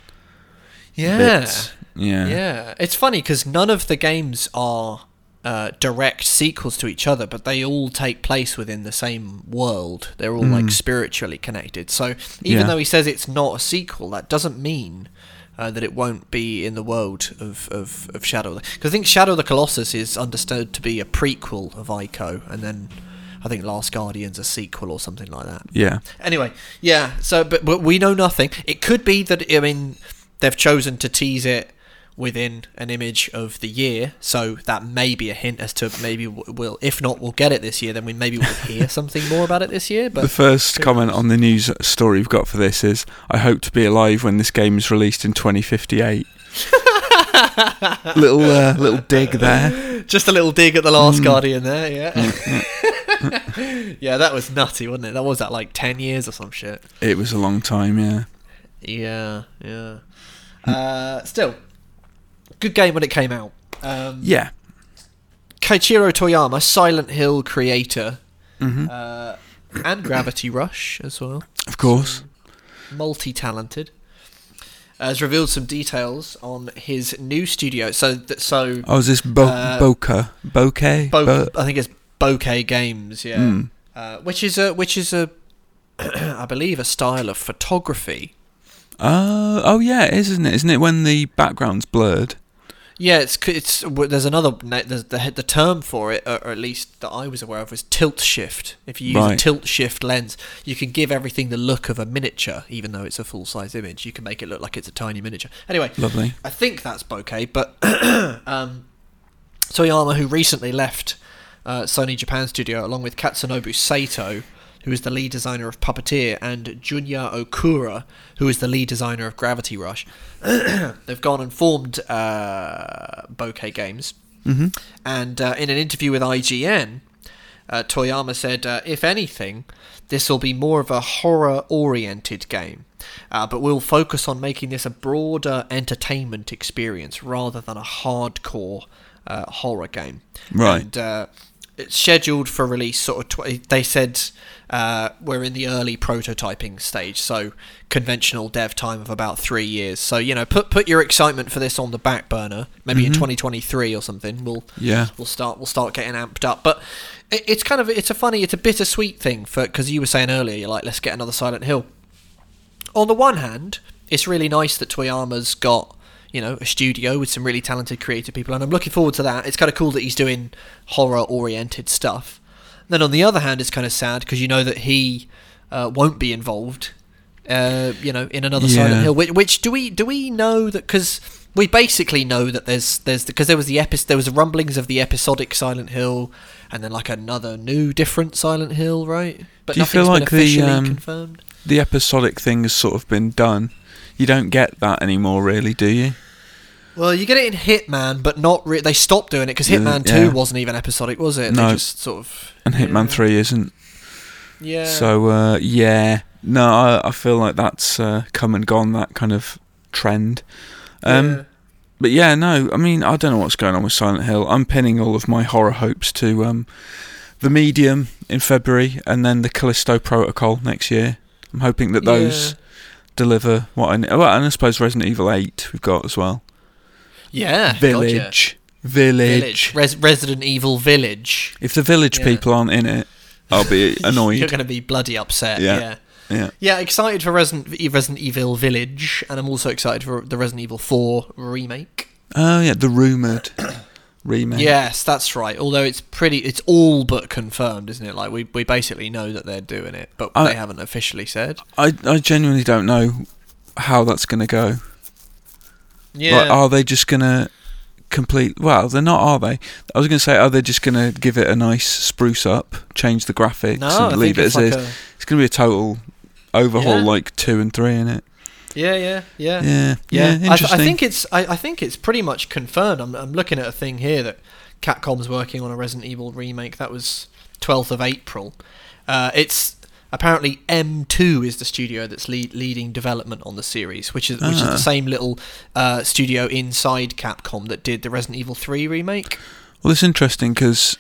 Yeah. bits. Yeah. Yeah, it's funny because none of the games are uh, direct sequels to each other, but they all take place within the same world. They're all like spiritually connected. So even Hmm. Yeah. though he says it's not a sequel, that doesn't mean. Uh, that it won't be in the world of, of, of Shadow. Because I think Shadow of the Colossus is understood to be a prequel of Ico, and then I think Last Guardian's a sequel or something like that. Yeah. Anyway, yeah. So, but, but we know nothing. It could be that I mean they've chosen to tease it within an image of the year, so that may be a hint as to maybe w- we'll, if not, we'll get it this year. Then we maybe we'll hear something more about it this year. The (laughs) But first comment on the news story we've got for this is I hope to be alive when this game is released (laughs) in 2058. little uh, little dig there. just a little dig at the Last Guardian there. Yeah. (laughs) yeah, that was nutty, wasn't it? That was that like ten years or some shit. It was a long time, yeah. Yeah, yeah. Uh, still, good game when it came out. Um, Yeah. Kaichiro Toyama, Silent Hill creator, uh, and Gravity Rush as well. Of course. multi-talented, Uh, has revealed some details on his new studio. So, th- so Oh, is this bo- Uh, bokeh? Bokeh? Bo- Bo- I think it's Bokeh Games, yeah, Uh, Mm. uh, which is a which is a, (clears throat) I believe, a style of photography. Oh, oh yeah, it is, isn't it? Isn't it when the background's blurred? Yeah, it's c- it's w- there's another na- there's the the term for it, uh, or or at least that I was aware of, was tilt shift. If you use a Right. tilt shift lens, you can give everything the look of a miniature, even though it's a full size image. You can make it look like it's a tiny miniature. Anyway, Lovely. I think that's bokeh, but (clears throat) um, Toyama, who recently left uh, Sony Japan Studio along with Katsunobu Sato, who is the lead designer of Puppeteer, and Junya Okura, who is the lead designer of Gravity Rush, (clears throat) they've gone and formed uh, Bokeh Games. Mm-hmm. And uh, in an interview with IGN, uh, Toyama said, uh, if anything, this will be more of a horror oriented game, uh, but we'll focus on making this a broader entertainment experience rather than a hardcore uh, horror game. Right. And uh, it's scheduled for release sort of, tw- they said uh, we're in the early prototyping stage, so conventional dev time of about three years. So, you know, put, put your excitement for this on the back burner, maybe in 2023 or something. We'll Yeah. we'll start we'll start getting amped up. But it, it's kind of it's a funny it's a bittersweet thing for because you were saying earlier you're like let's get another Silent Hill. On the one hand, it's really nice that Toyama's got you know a studio with some really talented creative people, and I'm looking forward to that. It's kind of cool that he's doing horror oriented stuff. Then on the other hand, it's kind of sad because you know that he uh, won't be involved. Uh, you know, in another Silent Yeah. Hill, which, which do we do we know that because we basically know that there's there's because there was the epi- there was rumblings of the episodic Silent Hill, and then like another new different Silent Hill, right? But Do you feel nothing's like been the, officially um, confirmed. The episodic thing has sort of been done. You don't get that anymore, really, do you? Well, you get it in Hitman, but not re- they stopped doing it because Yeah, Hitman yeah. Two wasn't even episodic, was it? No. They just sort of And Hitman Yeah. Three isn't. yeah. So uh, yeah, no, I, I feel like that's uh, come and gone. That kind of trend. Um, yeah. But yeah, no, I mean, I don't know what's going on with Silent Hill. I'm pinning all of my horror hopes to um, the Medium in February and then the Callisto Protocol next year. I'm hoping that those Yeah. deliver what I need. Well, and I suppose Resident Evil 8 we've got as well. yeah, God, yeah. Village. Village. Ah, Village, Res- Resident Evil Village. If the Village Yeah. people aren't in it, (laughs) I'll be You're annoyed. going to be bloody upset. Yeah. yeah. yeah. Yeah, excited for Resident, E- Resident Evil Village, and I'm also excited for the Resident Evil 4 remake. Oh, yeah, the rumoured remake. Yes, that's right. Although it's pretty, it's all but confirmed, isn't it? Like we, we basically know that they're doing it, but I- they haven't officially said. I, I genuinely don't know how that's going to go. Yeah, Like, are they just gonna complete? Well, they're not, are they? I was gonna say, are they just gonna give it a nice spruce up, change the graphics, no, I and think leave it it's as like is? a- It's gonna be a total overhaul, Yeah. like two and three in it. yeah, yeah, yeah. Yeah, yeah, I, th- interesting. I think it's I, I think it's pretty much confirmed. I'm, I'm looking at a thing here that Capcom's working on a Resident Evil remake. That was 12th of April. Uh, it's apparently M2 is the studio that's lead, leading development on the series, which is which is Ah. the same little uh, studio inside Capcom that did the Resident Evil 3 remake. well, it's interesting because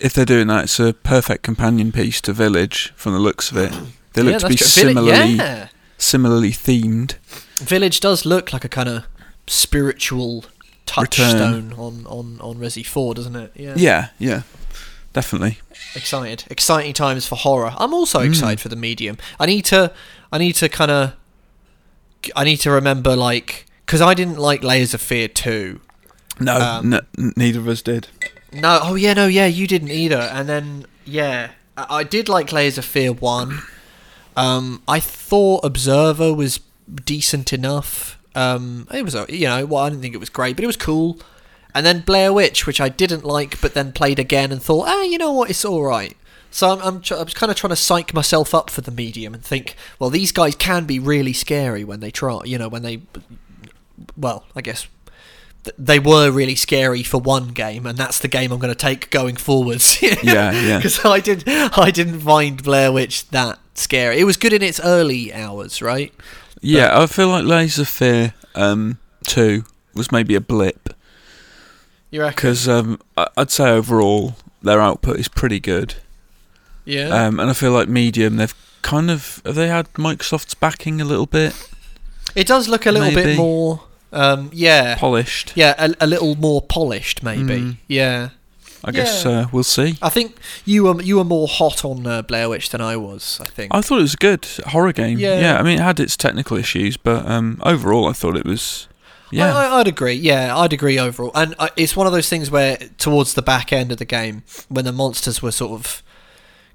if they're doing that, it's a perfect companion piece to Village from the looks of it. They look Yeah, to be that's true. Villi- similarly yeah. similarly themed. Village does look like a kind of spiritual touchstone on, on, on Resi 4, doesn't it? Yeah, yeah, definitely. excited exciting times for horror i'm also excited for the medium i need to i need to kind of i need to remember like because i didn't like layers of fear 2 No, Um, n- n- neither of (laughs) us did. no oh yeah no yeah you didn't either and then yeah i, I did like layers of fear 1 um i thought observer was decent enough um it was uh, you know well i didn't think it was great but it was cool and then blair witch which i didn't like but then played again and thought ah you know what it's all right so I'm, I'm, tr- I'm kind of trying to psych myself up for the medium and think, well, these guys can be really scary when they try, you know, when they, well, I guess th- they were really scary for one game, and that's the game I'm going to take going forwards. (laughs) Yeah, yeah. Because I did, I didn't find Blair Witch that scary. It was good in its early hours, right? Yeah, I feel like Laser Fear um, 2 was maybe a blip. You reckon? because um, I- I'd say overall their output is pretty good. Yeah. Um, and I feel like Medium, they've kind of have they had Microsoft's backing a little bit it does look a little maybe. bit more. Um, yeah. polished. yeah, a, a little more polished, maybe. Mm. Yeah. I guess Yeah. uh, we'll see. I think you were you were more hot on uh, Blair Witch than I was. I think. I thought it was a good horror game. Yeah. Yeah, I mean it had its technical issues, but um, overall I thought it was yeah. I, I, I'd agree. Yeah, I'd agree overall. And I, it's one of those things where towards the back end of the game, when the monsters were sort of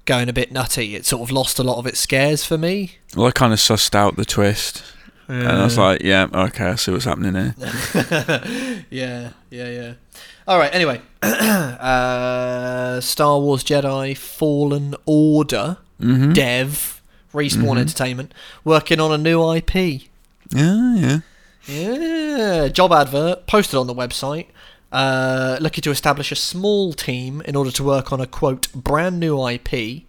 going a bit nutty, it sort of lost a lot of its scares for me. well, I kind of sussed out the twist, and I was like, yeah, okay, I see what's happening here. (laughs) yeah, yeah, yeah. All right. Anyway, (clears throat) uh, Star Wars Jedi Fallen Order Mm-hmm. dev Respawn Entertainment working on a new IP. Yeah, yeah. Yeah, job advert posted on the website. Uh, looking to establish a small team in order to work on a quote brand new IP.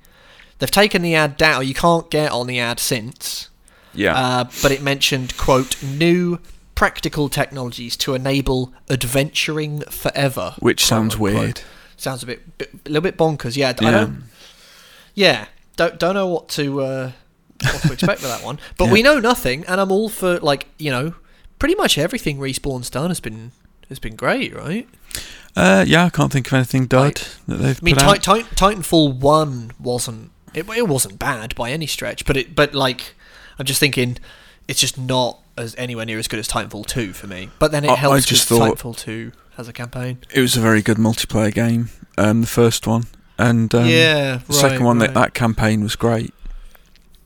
They've taken the ad down. You can't get on the ad since, Yeah. uh, but it mentioned quote new practical technologies to enable adventuring forever. Which quote, sounds unquote. weird. Sounds a bit, bit a little bit bonkers. Yeah, I Yeah. don't. Yeah, don't don't know what to uh, what to expect with that one. But we know nothing, and I'm all for like you know, pretty much everything respawn's done has been has been great, right? Uh, yeah, I can't think of anything dud that they've I mean, put Ti- out. Ti- Titanfall one wasn't it, it wasn't bad by any stretch, but it but like I'm just thinking it's just not as anywhere near as good as Titanfall two for me. But then it I- I helps just because thought- Titanfall two has a campaign. It was a very good multiplayer game. Um, the first one and um, yeah, the second right, one right. that that campaign was great.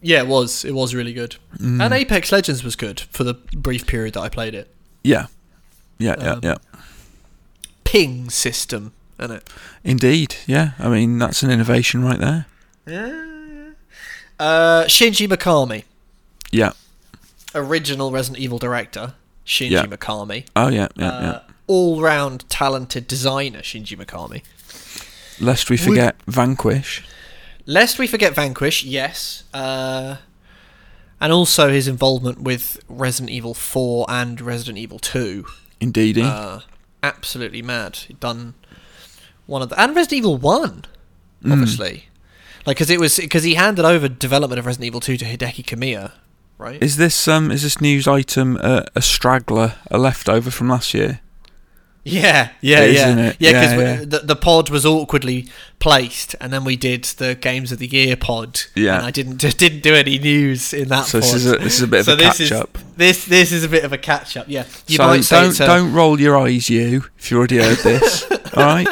yeah, it was it was really good, Mm. and Apex Legends was good for the brief period that I played it. yeah, yeah, yeah, Um, yeah. ping system, isn't it? Indeed, yeah. I mean, that's an innovation right there. Yeah. Uh, Shinji Mikami, Yeah. original Resident Evil director, Shinji Yeah. Mikami, Oh yeah, yeah, uh, all-round talented designer, Shinji Mikami. yeah. Lest we forget Vanquish. Lest we forget Vanquish, yes, uh, and also his involvement with Resident Evil 4 and Resident Evil 2. Indeedy. Uh, absolutely mad. He'd done one of the and Resident Evil One, Hmm. obviously, like because it was because he handed over development of Resident Evil Two to Hideki Kamiya, right? is this um is this news item uh, a straggler a leftover from last year? yeah, yeah, It is, yeah, isn't it? yeah. Because Yeah, yeah. the, the pod was awkwardly placed, and then we did the games of the year pod. Yeah. and I didn't (laughs) just didn't do any news in that. So this pod. is a this is a bit (laughs) of so a this catch is up. this this is a bit of a catch up. Yeah, you so might say don't it's a- don't roll your eyes, you, if you already heard (laughs) this. All right.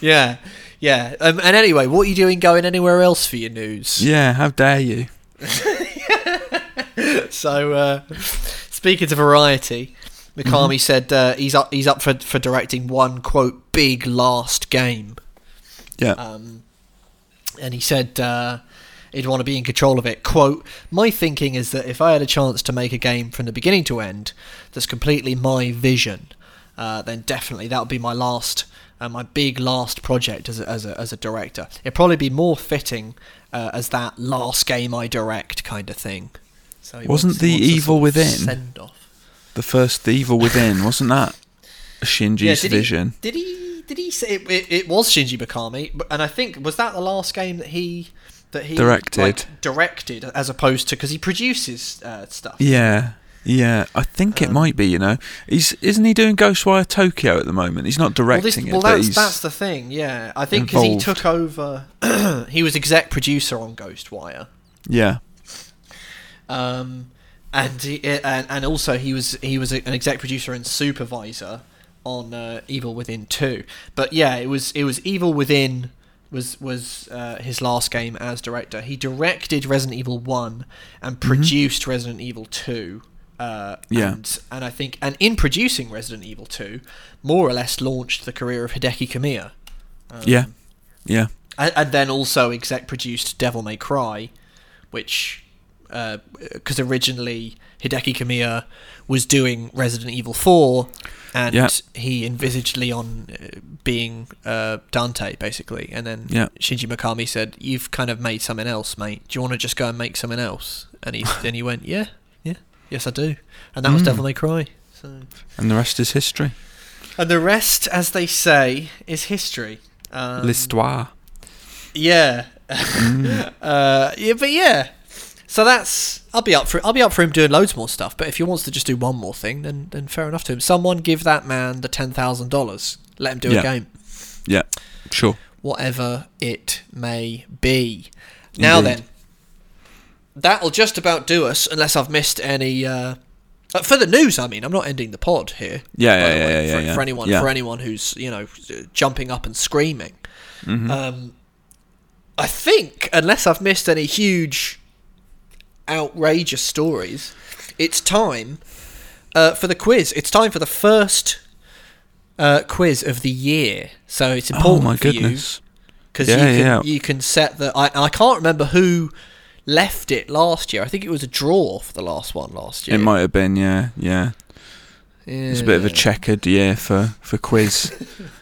yeah. Yeah, um, and anyway, what are you doing going anywhere else for your news? Yeah. How dare you? So, uh, (laughs) speaking to Variety, Mm-hmm. Mikami said uh, he's up he's up for for directing one quote big last game, Yeah. um, and he said uh, he'd want to be in control of it. Quote: My thinking is that if I had a chance to make a game from the beginning to end that's completely my vision, uh, then definitely that would be my last. Uh, my big last project as a, as a, as a director. It'd probably be more fitting uh, as that last game I direct kind of thing. So he Wasn't wants- he The wants a Evil sort of Within? send off? the first The Evil Within wasn't that Shinji's did vision? He, did he? Did he say it, it, it was Shinji Mikami? but- And I think was that the last game that he that he Directed. like, directed as opposed to because he produces uh, stuff. Yeah, yeah. I think Um, it might be. You know, he's isn't he doing Ghostwire Tokyo at the moment? He's not Well, this, directing well it, but that's he's that's the thing. Yeah, I think because he involved. took over, (clears throat) he was exec producer on Ghostwire. yeah, um, and, he, eh, and and also he was he was an exec producer and supervisor on uh, Evil Within two. But yeah, it was it was Evil Within was was uh, his last game as director. He directed Resident Evil one and produced Resident Evil two. Uh, Mm-hmm. Yeah. and, and I think and in producing Resident Evil two, more or less launched the career of Hideki Kamiya Um, yeah, yeah, and, and then also exec produced Devil May Cry, which because originally Hideki Kamiya was doing Resident Evil Four, and Yeah. he envisaged Leon uh, being uh, Dante basically, and then Yeah. Shinji Mikami said, "You've kind of made something else, mate. Do you want to just go and make something else?" And (laughs) he then he went, Hmm. "Yeah, yeah, yes, I do," and that was Devil May Cry. So and the rest is history. And the rest, as they say, is history. Um, (laughs) L'histoire. Mm, Yeah. uh, yeah, but yeah. So that's I'll be up for I'll be up for him doing loads more stuff. But if he wants to just do one more thing, then then fair enough to him. Someone give that man the ten thousand dollars. Let him do Yeah. a game, Yeah, sure. whatever it may be. Now Indeed. then, that'll just about do us, unless I've missed any. Uh, uh, for the news, I mean, I'm not ending the pod here. Yeah, yeah, by the yeah, way, yeah, for, yeah, for anyone, yeah. for anyone who's you know jumping up and screaming. Mm-hmm. Um, I think, unless I've missed any huge, outrageous stories, it's time uh, for the quiz. It's time for the first uh, quiz of the year. So it's Oh important my for you goodness. because Yeah, you, yeah. can you can set the. I, I can't remember who left it last year. I think it was a draw for the last one last year. It might have been, yeah, yeah. It's a bit of a Yeah. checkered year for, (laughs) for quiz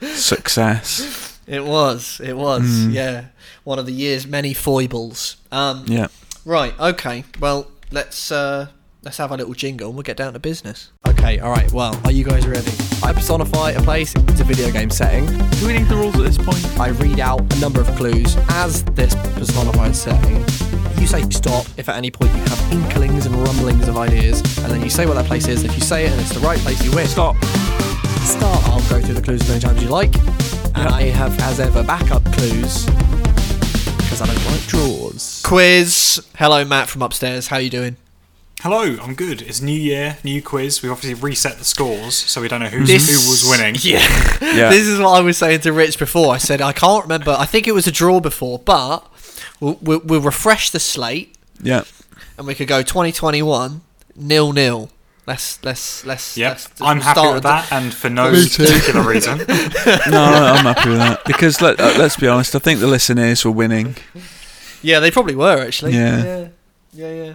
success. It was. It was. Yeah, one of the year's many foibles. Um, Yeah. Right. Okay. Well, let's uh, let's have a little jingle and we'll get down to business. Okay. All right. Well, are you guys ready? I personify a place. It's a video game setting. Do we need the rules at this point? I read out a number of clues as this personified setting. You say stop if at any point you have inklings and rumblings of ideas, and then you say what that place is. If you say it and it's the right place, you win. Stop. Start. I'll go through the clues as many times as you like, and I have, as ever, backup clues because I don't like draws. Quiz. Hello, Matt from upstairs. How you doing? Hello, I'm good. It's new year, new quiz. We obviously reset the scores, so we don't know who's, This- who was (laughs) winning. (laughs) Yeah. Yeah. this is what I was saying to Rich before. I said I can't remember. I think it was a draw before, but we'll, we'll, we'll refresh the slate Yeah. and we could go 2021 nil nil. Let's let's let's. Yep, let's, I'm we'll happy start with the- that, and for no Me too. particular (laughs) reason. No, I'm happy with that. Because let, uh, let's be honest, I think the listeners were winning. Yeah, they probably were actually. Yeah. Yeah. Yeah. yeah.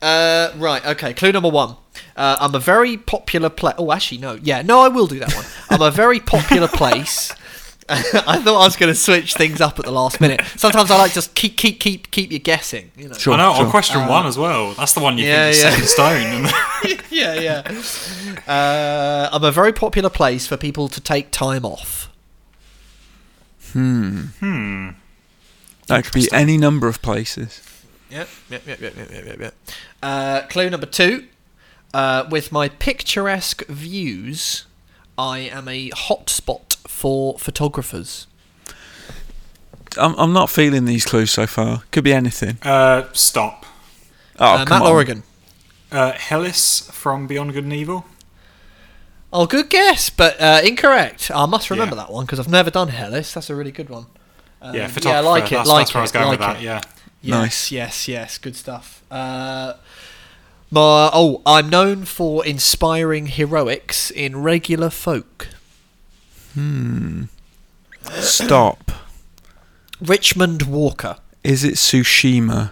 Uh, right. Okay. Clue number one. Uh, I'm a very popular place. Oh, actually, no. Yeah, no, I will do that one. I'm a very popular place. (laughs) I thought I was going to switch things up at the last minute. Sometimes I like just keep, keep, keep, keep you guessing. You know. Sure. I know, sure. on question one as well. That's the one you yeah, think is yeah. set in stone. (laughs) And (laughs) yeah, yeah. Uh, I'm a very popular place for people to take time off. That could be any number of places. Yep, yep, yep, yep, yep, yep, yep, yep. Uh, clue number two. Uh, with my picturesque views, I am a hotspot for photographers. I'm, I'm not feeling these clues so far. Could be anything. uh, stop. Oh, uh, come Matt on. Oregon. Uh, Hellis from Beyond Good and Evil. Oh, good guess, but uh, incorrect. I must remember Yeah. that one because I've never done Hellas. That's a really good one. Um, yeah, photographer. Yeah, like it, that's, like that's where I was it, going with like that. it. Yeah. Yes, Nice. yes, yes. Good stuff. Uh, my oh, I'm known for inspiring heroics in regular folk. Stop. Richmond Walker. Is it Tsushima?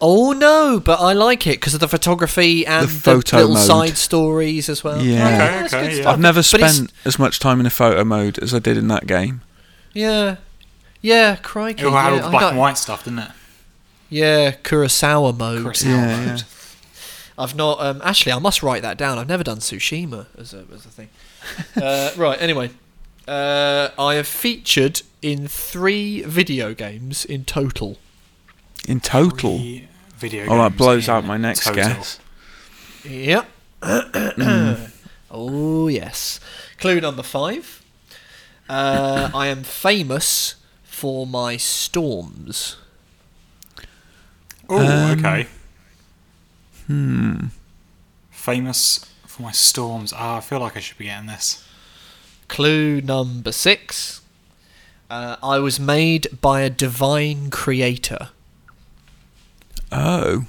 Oh no, but I like it because of the photography and the, photo little mode. side stories as well. Yeah. Okay, that's okay, good yeah. stuff. I've never But it's- spent as much time in a photo mode as I did in that game. Yeah, yeah, crikey. It had all yeah, the I black got- and white stuff, didn't it? Yeah, Kurosawa mode. Kurosawa. Yeah, yeah. mode. I've not. Um, actually, I must write that down. I've never done Tsushima as a as a (laughs) thing. uh, right. Anyway, uh, I have featured in three video games in total. In total. Three Video Oh, that games blows in out my next total. guess. Yep. (clears throat) oh yes. Clue number five. Uh, I am famous for my storms. Oh, okay. Hmm. Um, Hmm. Famous for my storms. Ah, I feel like I should be getting this. Clue number six. Uh, I was made by a divine creator. Oh.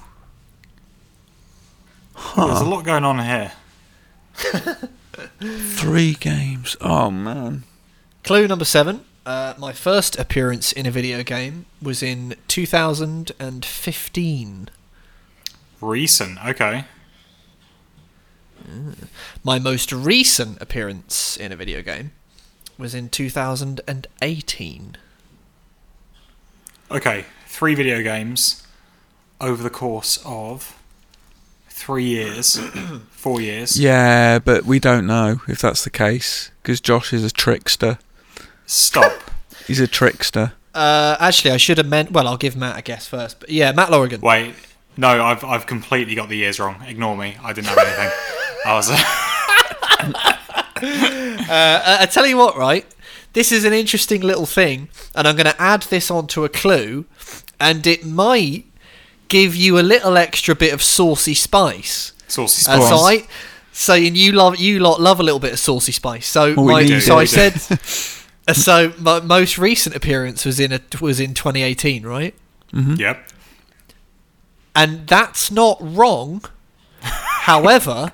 There's a Huh. lot going on here. Three games. Oh, man. Clue number seven. Uh, my first appearance in a video game was in 2015. Recent, okay. My most recent appearance in a video game was in 2018. Okay, three video games over the course of (coughs) three years, four years. Yeah, but we don't know if that's the case because Josh is a trickster. Stop. He's a trickster. Uh, actually, I should have meant. Well, I'll give Matt a guess first. But yeah, Matt Lorigan. Wait, no, I've I've completely got the years wrong. Ignore me. I didn't have anything. I was. Uh, I tell you what, right? This is an interesting little thing, and I'm going to add this onto a clue, and it might give you a little extra bit of saucy spice. (laughs) Saucy And spice. so I, so and you love you lot love a little bit of saucy spice. So Well, we my, do, so yeah, I we do. said, uh, so my most recent appearance was in a was in 2018, right? Yep. And that's not wrong. However,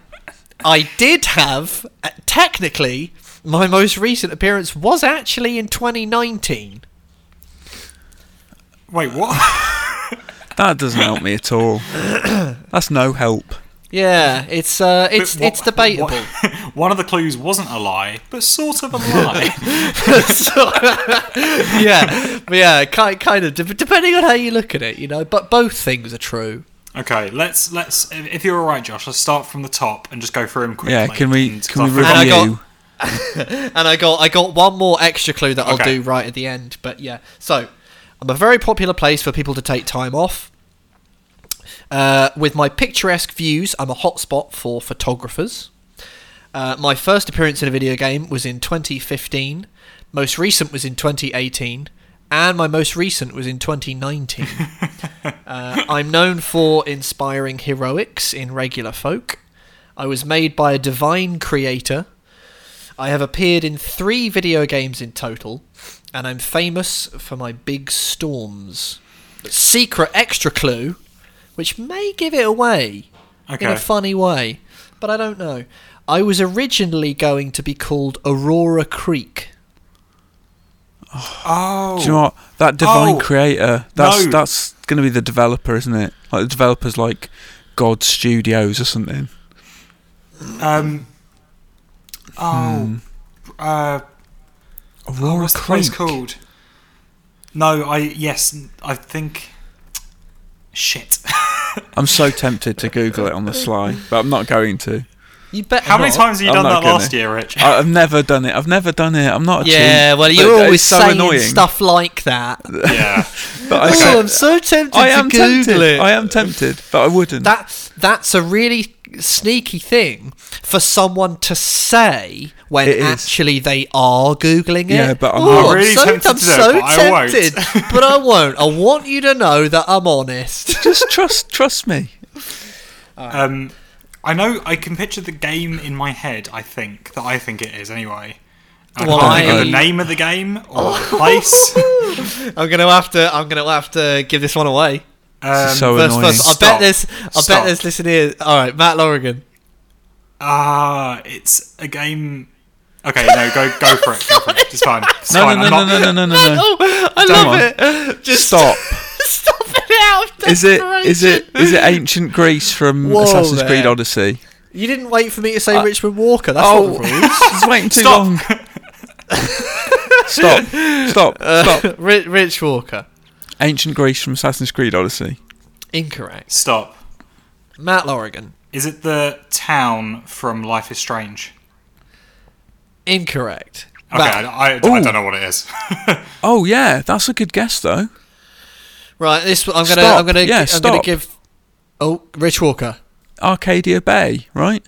I did have uh, technically my most recent appearance was actually in 2019. Wait, what? That doesn't help me at (coughs) all. That's no help. Yeah, it's uh, it's What- it's debatable. what- (laughs) one of the clues wasn't a lie, but sort of a lie. (laughs) So- (laughs) yeah, but yeah, kind kind of dep- depending on how you look at it, you know. But both things are true. okay, let's let's. If if you're all right, Josh, let's start from the top and just go through them quickly. Yeah, can we and- can we 'cause I forgot- I got- review? And I got I got one more extra clue that I'll Okay. do right at the end. But yeah, so I'm a very popular place for people to take time off. Uh, with my picturesque views, I'm a hotspot for photographers. Uh, my first appearance in a video game was in 2015. Most recent was in 2018, and my most recent was in 2019. Uh, I'm known for inspiring heroics in regular folk. I was made by a divine creator. I have appeared in three video games in total, and I'm famous for my big storms. Secret extra clue, which may give it away in Okay. a funny way, but I don't know. I was originally going to be called Aurora Creek. Oh, Do you know what? That divine Oh. creator. That's No. that's gonna be the developer, isn't it? Like the developer's like God Studios or something. um, oh, uh, Hmm. oh, Aurora what's the place called? No, I yes, I think. Shit. (laughs) I'm so tempted to Google it on the sly, but I'm not going to. You bet. How many not. times have you I'm done not that gonna. last year, Rich? (laughs) I, I've never done it. I've never done it. I'm not a Yeah, cheat, well, but you're it's always so saying annoying. stuff like that. yeah. But (laughs) I, Oh, I'm so tempted I to am Google tempted. it. I am tempted, but I wouldn't. that that's a really sneaky thing for someone to say when It is. actually they are googling it. Yeah, but I'm Ooh, not. I'm really so, tempted I'm to do it, so but I won't. tempted, but I won't. I want you to know that I'm (laughs) honest. Just trust trust me. Um, I know I can picture the game in my head. I think that I think it is anyway. I Well, can't think I- of the name of the game or the place. I'm gonna have to. I'm gonna have to give this one away. Um, so First, annoying. first, I bet Stop. there's. I bet Stop. there's. Listen here. All right, Matt Lorigan. Ah, it's a game. Okay, no, go go for it. Go for it. It's fine. It's no, fine. no, I'm no, not, no, no, no, no, no, Oh, I Don't love want- it. (laughs) Just Stop. Stop it out. Is it is it is it ancient Greece from Whoa Assassin's there. Creed Odyssey? You didn't wait for me to say Richmond Walker. That's Uh, Oh, not the rule. it's waiting too long. (laughs) stop! Stop! Stop! (laughs) Rich, Rich Walker. Ancient Greece from Assassin's Creed Odyssey. Incorrect. Stop. Matt Lorigan. Is it the town from Life is Strange? Incorrect. Okay, Matt. I, I, I Ooh. don't know what it is. (laughs) Oh yeah, that's a good guess though. Right. This I'm gonna. Stop. I'm gonna. Yeah, I'm gonna stop. give. Oh, Rich Walker. Arcadia Bay, right?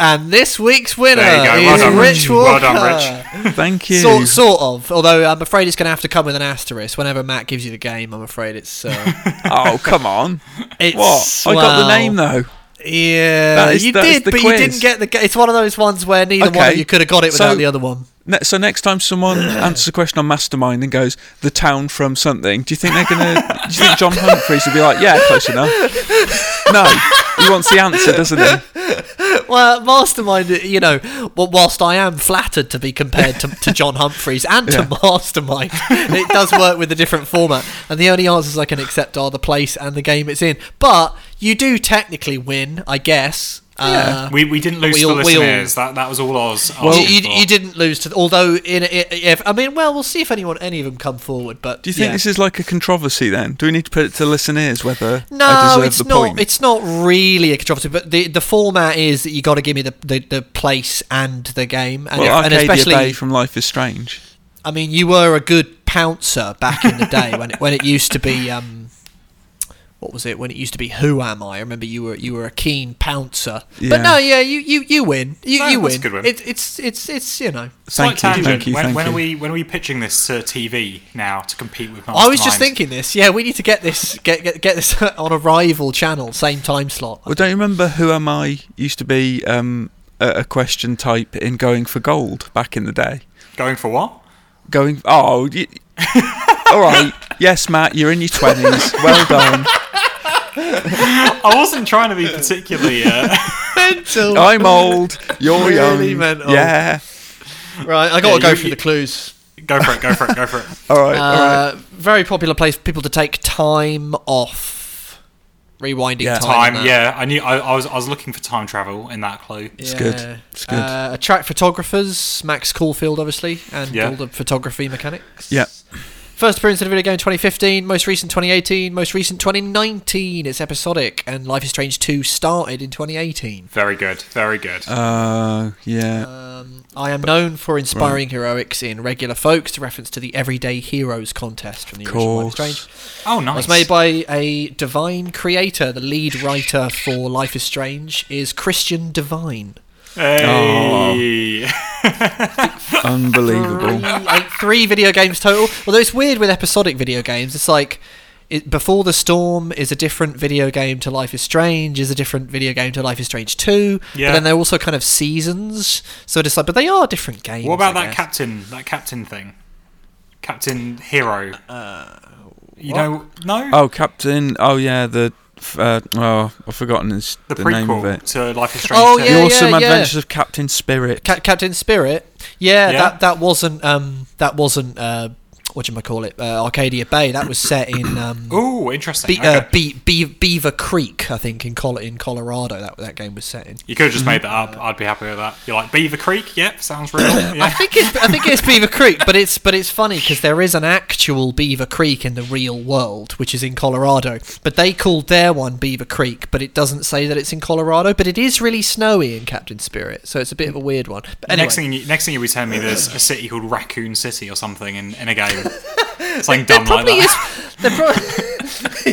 And this week's winner Uh, There you go. Well is done, Rich Rich. Walker. Well done, Thank you. Sort, sort of. Although I'm afraid it's going to have to come with an asterisk. Whenever Matt gives you the game, I'm afraid it's. (laughs) Uh, Oh (laughs) come on! it's What? I got the well, name though. Yeah, That is- you that is did, the but you quiz. didn't get the. Ga- it's one of those ones where neither one of Okay, you could have got it without so- the other one. Ne- so next time (clears throat) someone answers a question on Mastermind and goes the town from something, do you think they're gonna? do you think John Humphreys would be like, yeah, (laughs) close enough? No, he wants the answer, doesn't he? Well, Mastermind, you know, wh- whilst I am flattered to be compared to, to John Humphreys and (laughs) to Mastermind, it does work with a different format. And the only answers I can accept are the place and the game it's in. But you do technically win, I guess. Uh, We, we didn't lose We to the all- we all- listeners. that that was all Oz. you, asking you, for. you didn't lose to. Although in, i if, I mean, well, we'll see if anyone, any of them, come forward. But Do you think yeah. this is like a controversy then? Do we need to put it to listeners whether I No, deserve it's the not. point? It's not really a controversy, but the the format is that you got to give me the, the, the place and the game, and, well, and Arcadia especially, Bay from Life is Strange. I mean, you were a good pouncer back in the day when it, when it used to be. Um, what was it when it used to be? Who am I? I remember you were you were a keen pouncer, Yeah. but no, yeah, you you, you win, you, No, you win. that's a good one. It, it's it's it's you know. Thank Slight you, tangent. thank you, when, thank when you. are we when are we pitching this to TV now to compete with? I was just Mastermind? thinking this. Yeah, we need to get this get get, get this (laughs) on a rival channel, same time slot. (laughs) Well, don't you remember Who Am I used to be um, a, a question type in Going for Gold back in the day? Going for what? Going, oh, (laughs) y all right. Yes, Matt, you're in your 20s. Well done. I wasn't trying (laughs) to be particularly. Uh, (laughs) Mental. I'm old. You're Really young. mental. Yeah. Oh, Right, I got to Yeah, go you- through you- the (laughs) clues. go for it. Go for it. Go (laughs) for it. All right. all right. Uh, very popular place for people to take time off. Rewinding Yeah. time. uh, Time. Yeah, I knew. I, I was. I was looking for time travel in that clue. It's good. It's good. Uh, attract photographers, Max Caulfield, obviously, and Yeah. all the photography mechanics. Yeah. First appearance in a video game 2015, most recent 2018, most recent 2019. It's episodic, and Life is Strange 2 started in 2018. Very good. Very good. Uh, yeah. Um, I am known for inspiring heroics in Regular Folks, to reference to the Everyday Heroes contest from the original Life is Course. Strange. oh, nice. It's made by a divine creator. The lead writer for Life is Strange is Christian Divine. Hey. Oh. Unbelievable. like three video games total. Although it's weird with episodic video games, it's like it, Before the Storm is a different video game to Life is Strange, is a different video game to Life is Strange 2. Yeah. But then they're also kind of seasons. So it's like, but they are different games. What about I that guess. captain? That captain thing. Captain Hero. Uh, you know, no, Oh, Captain. Oh, yeah. The. f- Uh, oh, I've forgotten his, the, the, name of prequel it. to Life is Strange. Oh, 2. yeah, the Awesome yeah. Adventures of Captain Spirit. Ca- Captain Spirit. Yeah, Yeah. that that wasn't um that wasn't uh what do I call it? Uh, Arcadia Bay. That was set in um (coughs) Ooh, interesting. Be- okay. uh, Be- Be- Beaver Creek, I think, in Col- in Colorado, that that game was set in. you could have just made that up. I'd be happy with that. You're like Beaver Creek. Yep, sounds (coughs) real. I Yeah. think it's I think it's Beaver Creek, but it's but it's funny because there is an actual Beaver Creek in the real world, which is in Colorado. But they called their one Beaver Creek, but it doesn't say that it's in Colorado. But it is really snowy in Captain Spirit, so it's a bit of a weird one. But anyway, Next thing, you, next thing you'll be telling me there's a city called Raccoon City or something in, in (laughs) a game. Something there dumb like probably that. is. There (laughs)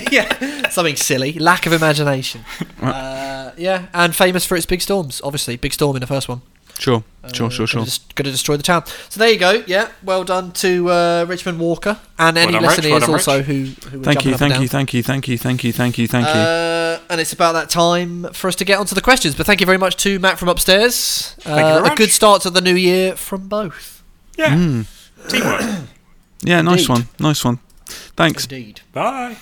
probably yeah, something silly, lack of imagination. Uh, yeah, and famous for its big storms. Obviously, big storm in the first one. Sure, uh, sure, sure, Gonna sure. des- Gonna destroy the town. So there you go. Yeah, well done to uh, Richmond Walker and any done, Rich. listeners Well done, also Rich. who who were Thank jumping you, up and thank you, down. thank you, thank you, thank you, thank you, thank you. Uh, and it's about that time for us to get onto the questions. But thank you very much to Matt from upstairs. Thank you very A much. good start to the new year from both. Yeah. Teamwork. Hmm. Yeah, nice indeed. one, nice one. Thanks. Indeed. Bye.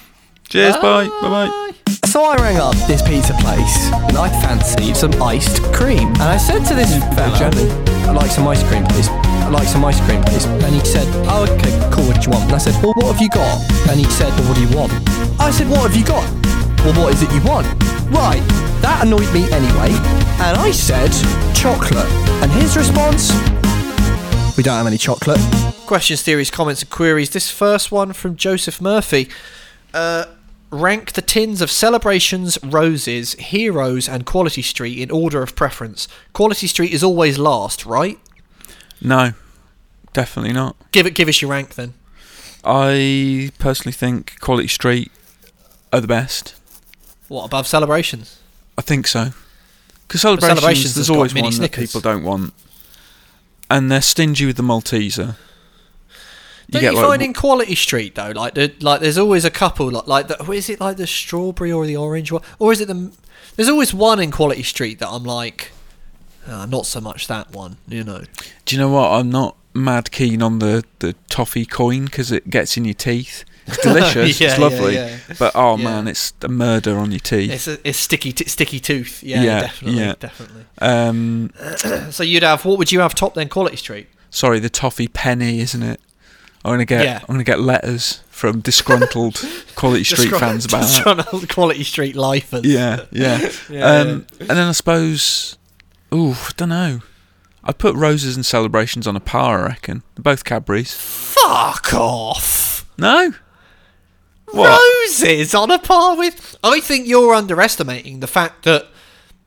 Cheers. Bye. Bye. Bye. So I rang up this pizza place and I fancied some iced cream. And I said to this fella, I'd like some ice cream, please. I'd like some ice cream, please. And he said, Oh, okay, cool, what do you want? And I said, Well, what have you got? And he said, Well, what do you want? I said, What have you got? Well, what is it you want? Right, that annoyed me anyway. And I said, Chocolate. And his response, We don't have any chocolate. Questions, theories, comments, and queries. This first one from Joseph Murphy. Uh, rank the tins of Celebrations, Roses, Heroes, and Quality Street in order of preference. Quality Street is always last, right? No, definitely not. Give it. Give us your rank then. I personally think Quality Street are the best. What above celebrations? I think so. Because celebrations, Celebrations has there's got always mini one that Snickers. people don't want, and they're stingy with the Malteser. You Don't you, get like find in Quality Street though, like the, like there's always a couple like like the, what is it like the strawberry or the orange one, or is it the? There's always one in Quality Street that I'm like, "Ah, not so much that one, you know. Do you know what? I'm not mad keen on the, the toffee coin because it gets in your teeth. (laughs) It's delicious. Yeah, yeah, it's lovely. yeah. But oh Yeah. man, it's a murder on your teeth. It's a it's sticky t- sticky tooth. Yeah, Yeah, definitely, yeah. definitely. Um, So you'd have what would you have top then Quality Street? sorry, the toffee penny, isn't it? I'm gonna get Yeah. I'm gonna get letters (laughs) from disgruntled Quality Street fans about that. Disgruntled quality street lifers. Yeah, yeah. (laughs) Yeah, um, And then I suppose, ooh, I don't know. I put roses and celebrations on a par. I reckon they're both Cadbury's. Fuck off. No, Roses on a par with. I think you're underestimating the fact that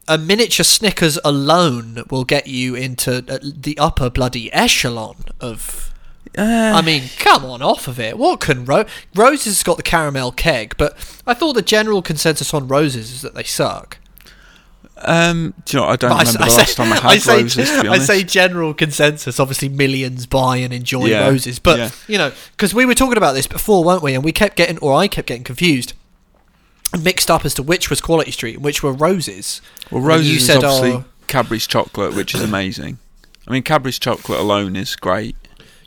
a miniature Snickers alone will get you into uh, the upper bloody echelon of Uh, I mean, come on off of it. What can Ro- Roses has got the caramel keg, but I thought the general consensus on Roses is that they suck. um, do you know? what? I don't But remember the last time I had say, roses. To (laughs) be I honest, say general consensus. Obviously, millions buy and enjoy Yeah, Roses, but yeah. you know, because we were talking about this before, weren't we? And we kept getting, or I kept getting confused. and Mixed up as to which was Quality Street and which were roses. well, And roses you is said, obviously oh, Cadbury's chocolate, which is amazing. I mean, Cadbury's chocolate alone is great.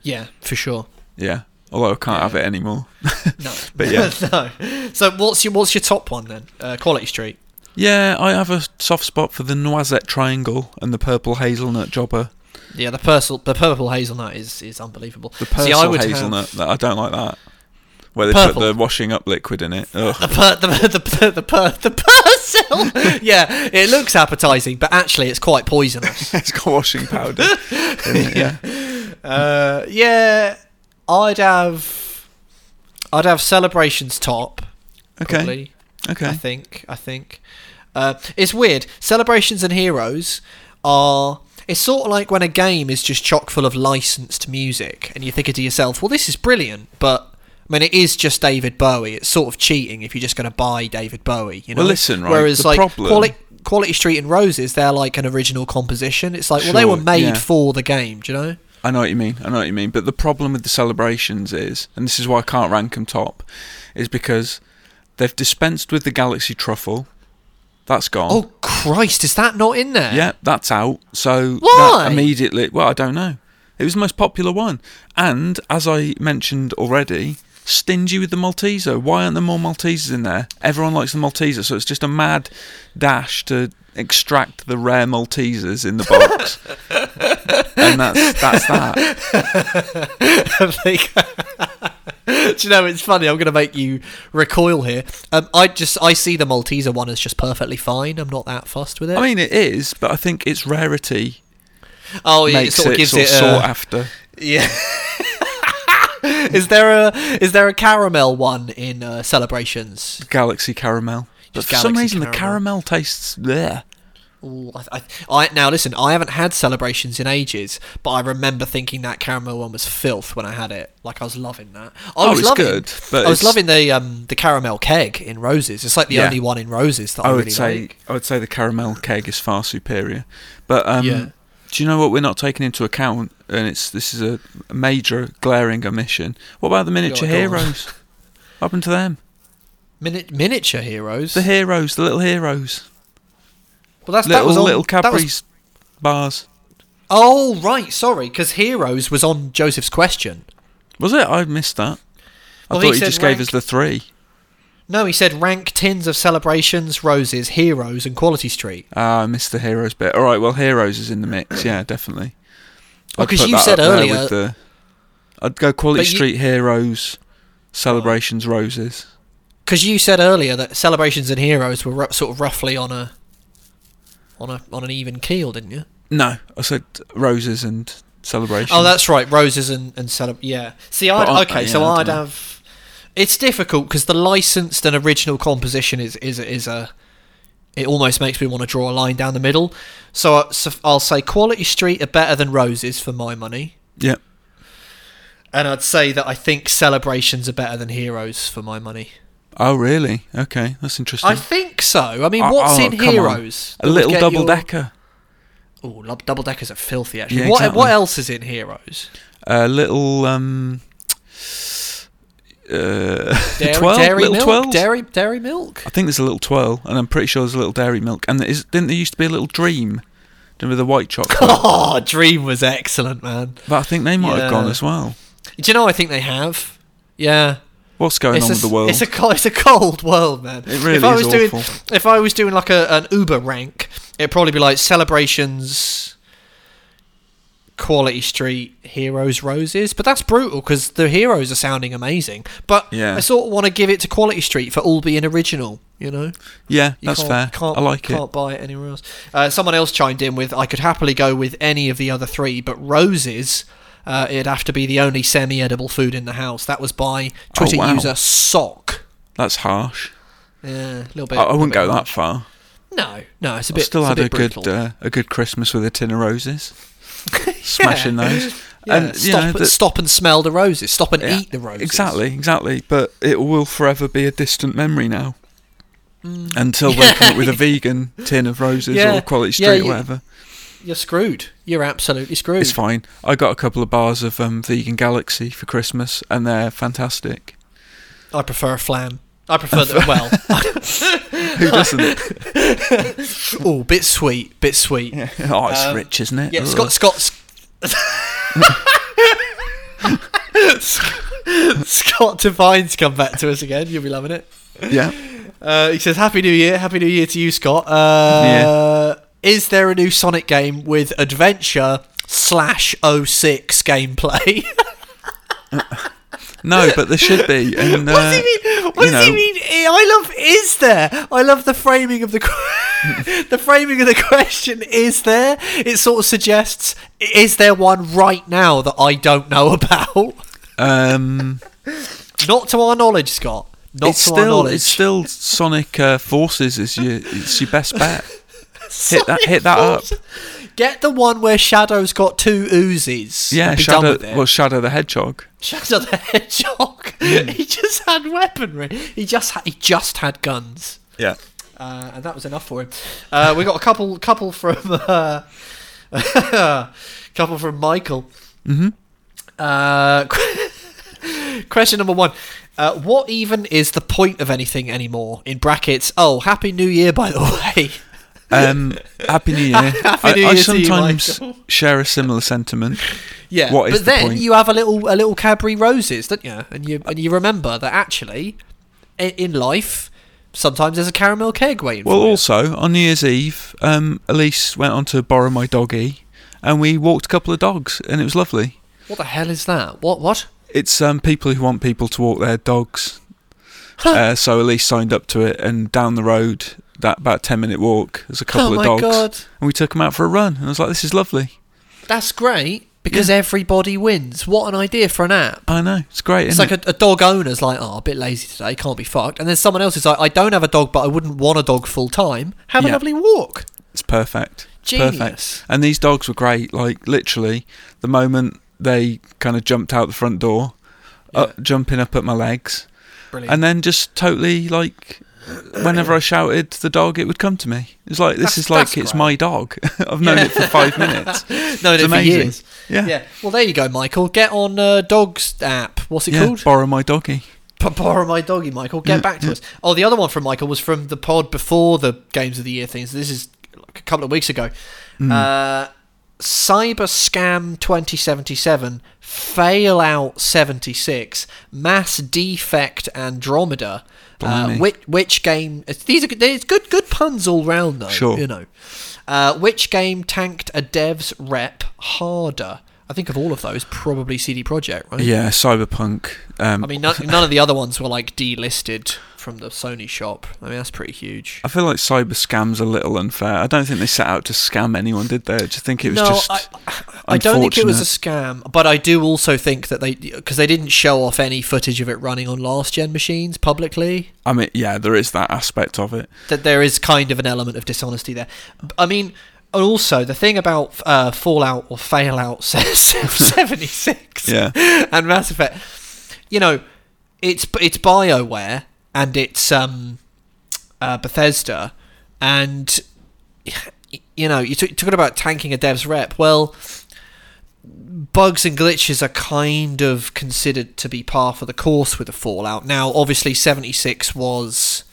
yeah, for sure. Yeah, although I can't have it anymore. (laughs) No, But yeah. (laughs) no. So what's your what's your top one then? Uh, Quality Street. Yeah, I have a soft spot for the noisette triangle and the purple hazelnut jobber. Yeah, the purple the purple hazelnut is, is unbelievable. The purple See, I would hazelnut. Have, that- I don't like that. Where they Purple. put the washing up liquid in (laughs) it. Ugh. the per, the the per, the per, the (laughs) Purcell. yeah, it looks appetizing, but actually it's quite poisonous. it's got washing powder. in it, yeah. uh, yeah, I'd have I'd have celebrations top. Okay. Probably. I (laughs) Okay. think. I think. Uh, it's weird. Celebrations and heroes are. It's sort of like when a game is just chock full of licensed music, and you're thinking to yourself, "Well, this is brilliant," but I mean, it is just David Bowie. It's sort of cheating if you're just going to buy David Bowie. You know. Well, listen, right, Whereas, the like problem- Quali- Quality Street and Roses, they're like an original composition. It's like, well, they Sure, were made yeah. for the game. Do you know? I know what you mean. I know what you mean. But the problem with the celebrations is, and this is why I can't rank them top, is because they've dispensed with the galaxy truffle. That's gone. Oh Christ, is that not in there? Yeah, that's out. So Why? that immediately. Well, I don't know. It was the most popular one, and as I mentioned already, stingy with the Malteser. Why aren't there more Maltesers in there? Everyone likes the Malteser, so it's just a mad dash to extract the rare Maltesers in (laughs) the box, and that's that's that. (laughs) Like- (laughs) Do you know it's funny? I'm going to make you recoil here. Um, I just I see the Malteser one as just perfectly fine. I'm not that fussed with it. I mean, it is, but I think its rarity oh, yeah, it makes sort of it, gives sort it. of a, sought after. (laughs) yeah. is there a is there a caramel one in uh, celebrations? Galaxy caramel. But Just for some Galaxy reason, the Caramel. caramel tastes there. Ooh, I, I, I now listen. I haven't had celebrations in ages, but I remember thinking that caramel one was filth when I had it. Like I was loving that. I Oh, was it's loving, good, but I was it's- loving the um the caramel keg in roses. It's like the Yeah. only one in roses that I, I would really say like. I would say the caramel keg is far superior. But um, Yeah. do you know what we're not taking into account? And it's this is a- a major glaring omission. What about the miniature go on. heroes? Up into them, Mini- miniature heroes. the heroes, the little heroes, well, that's little that was on, little that was- Cadbury's bars. oh right, sorry, because heroes was on Joseph's question. Was it? I missed that. Well, I he thought he, said just rank- gave us the three. No, he said rank tins of celebrations, roses, heroes, and Quality Street. Ah, I missed the heroes bit. All right, well, heroes is in the mix. Yeah, definitely. Oh, I'd 'cause put you that said up there earlier- with the- I'd go Quality But you- Oh. Street heroes, celebrations, roses. Because you said earlier that celebrations and heroes were ru- sort of roughly on a on a on an even keel, didn't you? No, I said roses and celebration. Oh, that's right, roses and and celeb. Yeah. See, I'd, But I- okay, yeah, so I I'd dunno. have. It's difficult because the licensed and original composition is is is a. It almost makes me want to draw a line down the middle. So, I- so I'll say Quality Street are better than Roses for my money, yeah. and I'd say that I think Celebrations are better than Heroes for my money. Oh, really? Okay, that's interesting. I think so. I mean, Oh, what's oh, in come on. Heroes? A little double decker. decker, Oh, double deckers are filthy. Actually, Yeah, what exactly. what else is in Heroes? a little um, uh, (laughs) Dairy, twirl, dairy little milk, twirls. dairy dairy milk. I think there's a little twirl, and I'm pretty sure there's a little dairy milk. And there is, didn't there used to be a little dream? Remember the (laughs) white chocolate? (laughs) Oh, Dream was excellent, man. but I think they might have gone Yeah. as well. Do you know? I think they have. Yeah, What's going on a, with the world? It's a co- it's a cold world, man. It really if I is was doing awful. if I was doing like a, an Uber rank, it'd probably be like celebrations, Quality Street Heroes Roses, but that's brutal because the heroes are sounding amazing. But Yeah. I sort of want to give it to Quality Street for all being original, you know? Yeah, You that's can't- fair. Can't, I like can't it. buy it anywhere else. Uh, someone else chimed in with, I could happily go with any of the other three, but roses, uh, it'd have to be the only semi-edible food in the house. That was by Twitter Oh, wow. user Sock. That's harsh. Yeah, a little bit. I, I wouldn't little go bit that far. No, no, it's a I bit. still it's had a, a, bit good brutal. (laughs) uh, a good Christmas with a tin of roses, smashing those, (laughs) Yeah, and you stop, know, the- stop and smell the roses. Stop and yeah, eat the roses. Exactly, exactly. But it will forever be a distant memory now. Until they (laughs) come up with a vegan tin of roses Mm. Yeah, or Quality Street yeah, or you- whatever, You're screwed. You're absolutely screwed. it's fine. I got a couple of bars of um, Vegan Galaxy for Christmas, and they're fantastic. I prefer a flam. I prefer the well. (laughs) Who doesn't? (laughs) oh, bit sweet, bit sweet. Yeah, Um, oh, it's rich, isn't it? Ugh. Scott, Scott, Scott Devine's come back to us again. You'll be loving it. Yeah. Uh, he says, "Happy New Year, Happy New Year to you, Scott." Uh, Is there a new Sonic game with adventure slash 06 gameplay? (laughs) No, but there should be. And, uh, What does he mean? What you does he know- mean? I love is there. I love the framing of the que- (laughs) the framing of the question. Is there? It sort of suggests is there one right now that I don't know (laughs) about? Um, Not to our knowledge, Scott. Not it's to our still knowledge. it's still Sonic uh, Forces is your it's your (laughs) best bet. hit that hit that up. Get the one where Shadow's got two Uzis. Yeah, and be done Shadow with it. well Shadow the Hedgehog. Shadow the Hedgehog. (laughs) he just had weaponry. He just ha- he just had guns. Yeah. uh, and that was enough for him. Uh, we got a couple, couple from, (laughs) uh, couple from Michael. Mm-hmm. Uh, (laughs) qu- question number one: uh, What even is the point of anything anymore? In brackets. Oh, Happy New Year, by the (laughs) way. Um, Happy (laughs) New Year. I, New I Year to you, sometimes Michael. share a (laughs) similar sentiment. yeah, What is but the then point? you have a little, a little Cadbury roses, don't you? And you, and you remember that actually, i- in life, sometimes there's a caramel keg waiting. Well, for you. also on New Year's Eve, um, Elise went on to borrow my doggy, and we walked a couple of dogs, and it was lovely. what the hell is that? What? What? It's um, people who want people to walk their dogs. Uh, so Elise signed up to it, and down the road, that about ten minute walk, there's a couple oh of my dogs, god. and we took them out for a run, and I was like, "This is lovely." That's great because everybody wins. What an idea for an app. I know it's great. It's isn't like a, a dog owner's like, oh, a bit lazy today, can't be fucked. And then someone else is like, I don't have a dog, but I wouldn't want a dog full time. Have a Yeah. lovely walk. It's perfect. It's Genius. Perfect. And these dogs were great. Like literally, the moment they kind of jumped out the front door, up, jumping up at my legs, Brilliant. and then just totally like, whenever I shouted to the dog, it would come to me. It's like this That's- is like that's it's great. my dog. (laughs) I've known it for five (laughs) minutes. It's no, no, for amazing. years. Yeah. Yeah. Well, there you go, Michael. Get on uh, Dog's app. What's it Yeah, called? borrow my doggy. P- borrow my doggy, Michael. Get back to us. Oh, the other one from Michael was from the pod before the Games of the Year things. This is like a couple of weeks ago. Hmm. Uh, Cyber Scam 2077, Fail Out 76, Mass Defect Andromeda. Uh, Blimey. which, which game? it's- These are good, it's good, good puns all round though. Sure. You know, uh, which game tanked a dev's rep harder? I think of all of those, probably CD Projekt, right? Yeah, cyberpunk. Um, I mean, none, none of the other ones were like delisted from the Sony shop. I mean, that's pretty huge. I feel like cyber scams a little unfair. I don't think they set out to scam anyone, did they? I just think it was no, just I, I don't think it was a scam, but I do also think that they because they didn't show off any footage of it running on last gen machines publicly. I mean, yeah, there is that aspect of it. That there is kind of an element of dishonesty there. B- I mean, and also the thing about uh, Fallout (laughs) or Failout seventy six, (laughs) Yeah. and Mass Effect, you know, it's it's Bioware and it's um uh, Bethesda, and y- you know, you took talking about tanking a dev's rep. Well, bugs and glitches are kind of considered to be par for the course with a Fallout. Now, obviously, seventy six was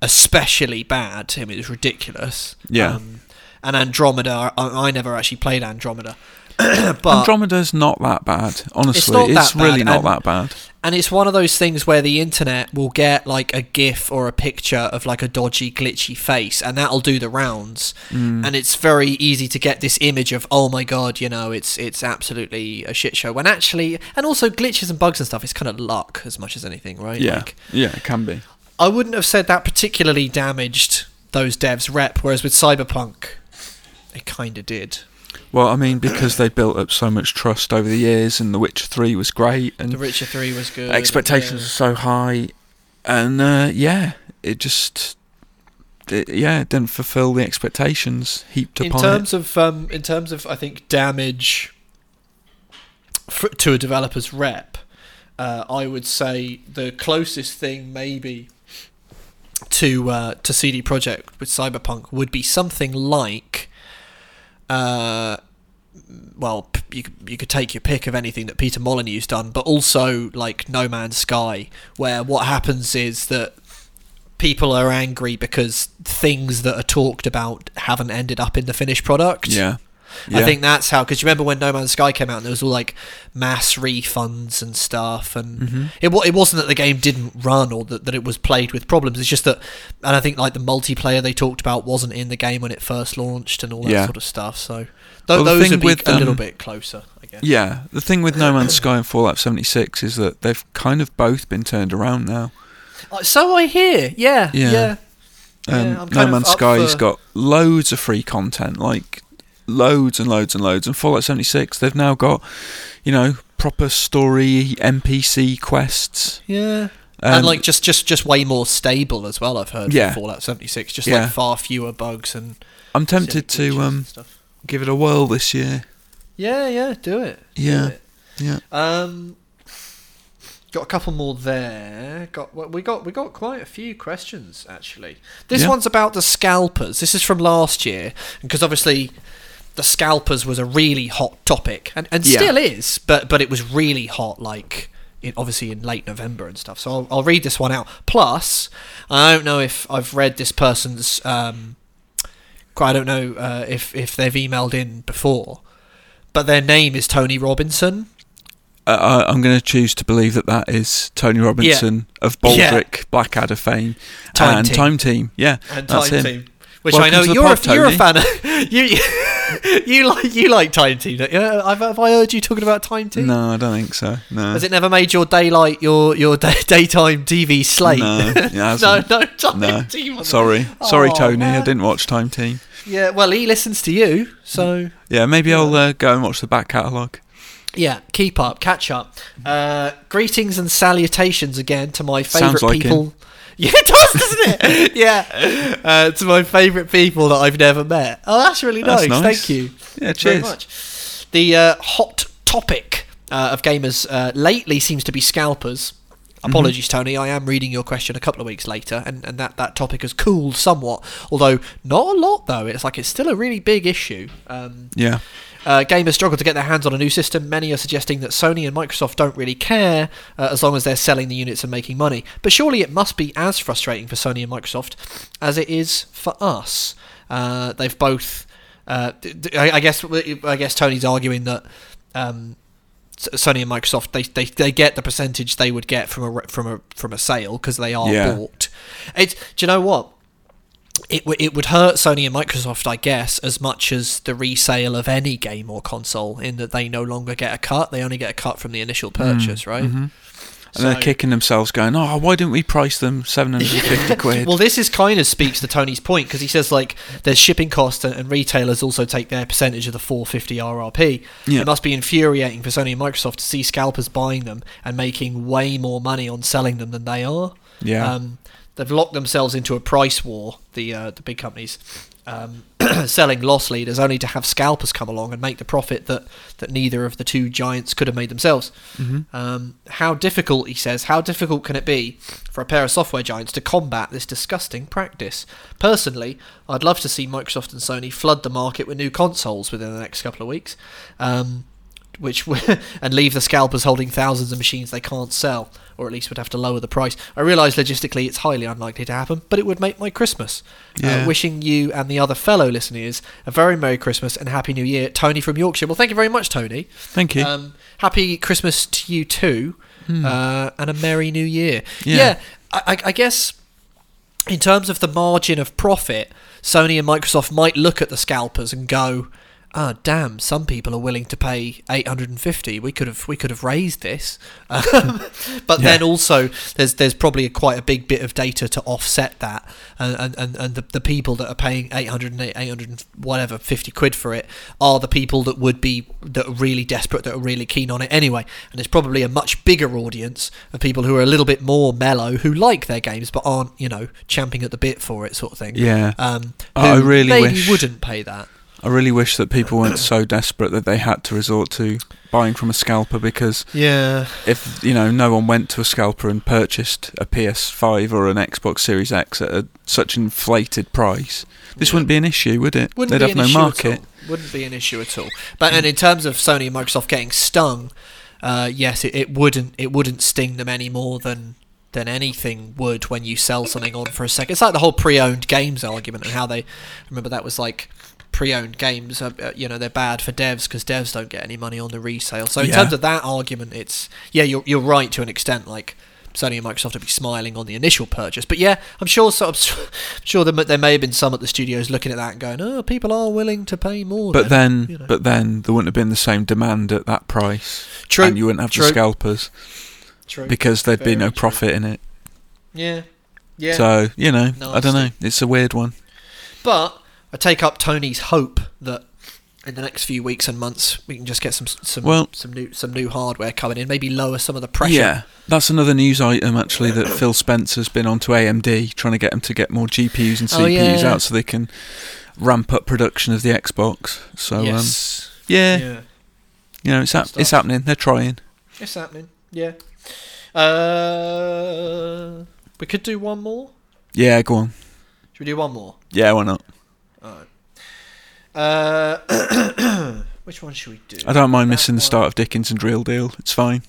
especially bad. I mean, it was ridiculous. Yeah. Um, and Andromeda, (clears throat) I, I never actually played Andromeda. but Andromeda's not that bad, honestly. It's, not that bad, really not and- that bad. And it's one of those things where the internet will get like a GIF or a picture of like a dodgy, glitchy face, and that'll do the rounds. Mm. And it's very easy to get this image of, oh my god, you know, it's it's absolutely a shit show. When actually, and also glitches and bugs and stuff, it's kind of luck as much as anything, right? Yeah, Like, yeah, it can be. I wouldn't have said that particularly damaged those devs' rep, whereas with Cyberpunk, it kind of did. Well, I mean, because they built up so much trust over the years, and The Witcher Three was great, The and Witcher 3 was good. expectations were yeah. so high, and uh, yeah, it just, it, yeah, it didn't fulfil the expectations heaped in upon terms of um, in terms of I think damage fr to a developer's rep, uh, I would say the closest thing maybe to uh, to CD Projekt with Cyberpunk would be something like. Uh, well, p- you c- you could take your pick of anything that Peter Molyneux's done, but also like No Man's Sky, where what happens is that people are angry because things that are talked about haven't ended up in the finished product. it. Yeah, I Yeah. think that's how. Because you remember when No Man's Sky came out, and there was all like mass refunds and stuff, and Mm-hmm. it wa- it wasn't that the game didn't run or that, that it was played with problems. It's just that, and I think like the multiplayer they talked about wasn't in the game when it first launched and all that Yeah. sort of stuff. So tho- Well, the those thing would be with, a little um, bit closer, I guess. yeah. The thing with No Man's Sky and Fallout 76 is that they've kind of both been turned around now. Uh, So I hear, yeah, yeah. Yeah. Um, Yeah, I'm no kind of Man's up Sky's for- got loads of free content, like loads and loads and loads. And Fallout 76, they've now got, you know, proper story NPC quests. Yeah. Um, and like just, just just way more stable as well. I've heard Yeah. for Fallout 76, just Yeah. like far fewer bugs and I'm tempted silly glitches to and um, stuff. give it a whirl this year. Yeah, yeah, do it. do Yeah, it. yeah. Um, got a couple more there. Got well, we got we got quite a few questions actually. This Yeah. one's about the scalpers. This is from last year because obviously the scalpers was a really hot topic and, and Yeah. still is, but but it was really hot like. In, obviously in late November and stuff, so I'll, I'll read this one out. Plus, I don't know if I've read this person's. Um, I don't know uh, if if they've emailed in before, but their name is Tony Robinson. Uh, I, I'm going to choose to believe that that is Tony Robinson of Yeah. Baldric Blackadder fame Time and Team. Time Team. Yeah, and that's Time him. Team, which Welcome I know to the you're pod, a, you're a Tony. fan of. (laughs) You, you, (laughs) you like you like Time Team. don't you? Uh, I've, have I heard you talking about Time Team? No, I don't think so. No, Has it never made your daylight your your day, (laughs) daytime TV slate? No, (laughs) it no, hasn't. no, Time No. Team. on Sorry, there. sorry, Aw, Tony. I man. didn't watch Time Team. Yeah, well, he listens to you, so Yeah, maybe I'll uh, go and watch the back catalogue. yeah. Keep up, catch up. Uh, greetings and salutations again to my Sounds favourite like people. (laughs) Yeah, it does, doesn't it? (laughs) yeah, uh, to my favourite people that I've never met. Oh, that's really That's nice. Thank you. Yeah, Thank you very cheers. much. The uh, hot topic uh, of gamers uh, lately seems to be scalpers. Apologies, Tony. I am reading your question a couple of weeks later, and, and that, that topic has cooled somewhat. Although not a lot, though. It's like it's still a really big issue. Um, Yeah, uh, gamers struggle to get their hands on a new system. Many are suggesting that Sony and Microsoft don't really care uh, as long as they're selling the units and making money. But surely it must be as frustrating for Sony and Microsoft as it is for us. Uh, they've both. Uh, d- d- I, I guess. I guess Tony's arguing that. Um, S- Sony and Microsoft, they, they, they get the percentage they would get from a re- from a from a sale because they are Yeah. bought. It's do you know what? It w- it would hurt Sony and Microsoft, I guess, as much as the resale of any game or console, in that they no longer get a cut. They only get a cut from the initial purchase, right? and they're So- kicking themselves, going, "Oh, why didn't we price them seven hundred (laughs) and fifty quid?" Well, this is kind of speaks to Tony's point because he says like there's shipping costs and, and retailers also take their percentage of the 450 RRP. Yeah. It must be infuriating for Sony and Microsoft to see scalpers buying them and making way more money on selling them than they are. Yeah. Um, they've locked themselves into a price war. The uh, the big companies. Um, (coughs) selling loss leaders only to have scalpers come along and make the profit that, that neither of the two giants could have made themselves. Um, how difficult, he says, how difficult can it be for a pair of software giants to combat this disgusting practice? Personally, I'd love to see Microsoft and Sony flood the market with new consoles within the next couple of weeks. Um, which w- (laughs) and leave the scalpers holding thousands of machines they can't sell, or at least would have to lower the price. I realise logistically it's highly unlikely to happen, but it would make my Christmas. Uh, Yeah. wishing you and the other fellow listeners a very Merry Christmas and Happy New Year, Tony from Yorkshire. Well, thank you very much, Tony. Thank you. Um, happy Christmas to you too, uh, and a Merry New Year. Yeah. Yeah, I, I, I guess in terms of the margin of profit, Sony and Microsoft might look at the scalpers and go, "Ah, damn! Some people are willing to pay 850. We could have we could have raised this." (laughs) Um, but then also, there's there's probably a, quite a big bit of data to offset that, Uh, and and, and, and the, the people that are paying 800 and 800 and whatever 50 quid for it are the people that would be that are really desperate, that are really keen on it anyway. And it's probably a much bigger audience of people who are a little bit more mellow, who like their games but aren't, you know, champing at the bit for it, sort of thing. Yeah. Um, who I really maybe wish- wouldn't pay that. I really wish that people weren't so desperate that they had to resort to buying from a scalper because Yeah. if you know no one went to a scalper and purchased a PS5 or an Xbox Series X at a, such inflated price, this wouldn't be an issue, would it? Wouldn't They'd be have an no issue market. At all. Wouldn't be an issue at all. But and in terms of Sony and Microsoft getting stung, uh, yes, it, it wouldn't it wouldn't sting them any more than than anything would when you sell something on for a second. It's like the whole pre-owned games argument and how they remember that was like pre-owned games. Uh, uh, you know they're bad for devs because devs don't get any money on the resale. So in Yeah. terms of that argument, it's yeah, you're you're right to an extent. Like Sony and Microsoft would be smiling on the initial purchase. But yeah, I'm sure so, (laughs) I'm su- sure there, may- there may have been some at the studios looking at that and going, oh, people are willing to pay more. But then, you know. but then there wouldn't have been the same demand at that price, true, and you wouldn't have true, the scalpers true. because there'd Very be no true. profit in it. yeah, yeah. So you know, No, I don't know. understood. It's a weird one. But I take up Tony's hope that in the next few weeks and months we can just get some some Well- some new some new hardware coming in, maybe lower some of the pressure. Yeah, that's another news item actually that Phil Spencer's been onto AMD trying to get them to get more GPUs and CPUs Oh, yeah. out so they can ramp up production of the Xbox. So um, yes. yeah, yeah. you know it's hap- Stuff. it's happening. They're trying. It's happening. Yeah. Uh, we could do one more. Yeah, go on. Should we do one more? Yeah, why not? Uh, (coughs) which one should we do? I don't mind That missing the one. start of Dickens and Real Deal. It's fine.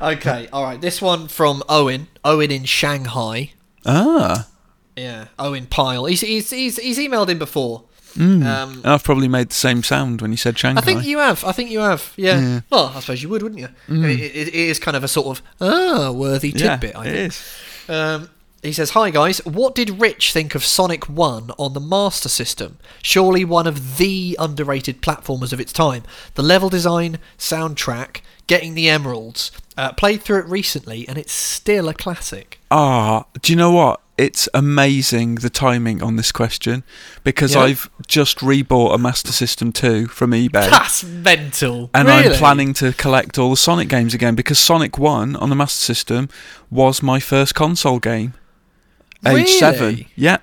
Okay, all right. This one from Owen. Owen in Shanghai. Ah, Yeah, Owen Pyle. He's he's he's, he's emailed in before. Um, and I've probably made the same sound when you said Shanghai. I think you have. I think you have. Yeah. Yeah. Mm. Well, I suppose you would, wouldn't you? It, it- it is kind of a sort of ah worthy yeah, tidbit. I it think. is. Um, he says, "Hi guys, what did Rich think of Sonic One on the Master System? Surely one of the underrated platformers of its time. The level design, soundtrack, getting the emeralds. Uh, played through it recently, and it's still a classic. Ah, do you know what? It's amazing the timing on this question because Yeah. I've just rebought a Master System 2 from eBay. That's mental. And really? I'm planning to collect all the Sonic games again because Sonic 1 on the Master System was my first console game. Age Really? 7. Yeah.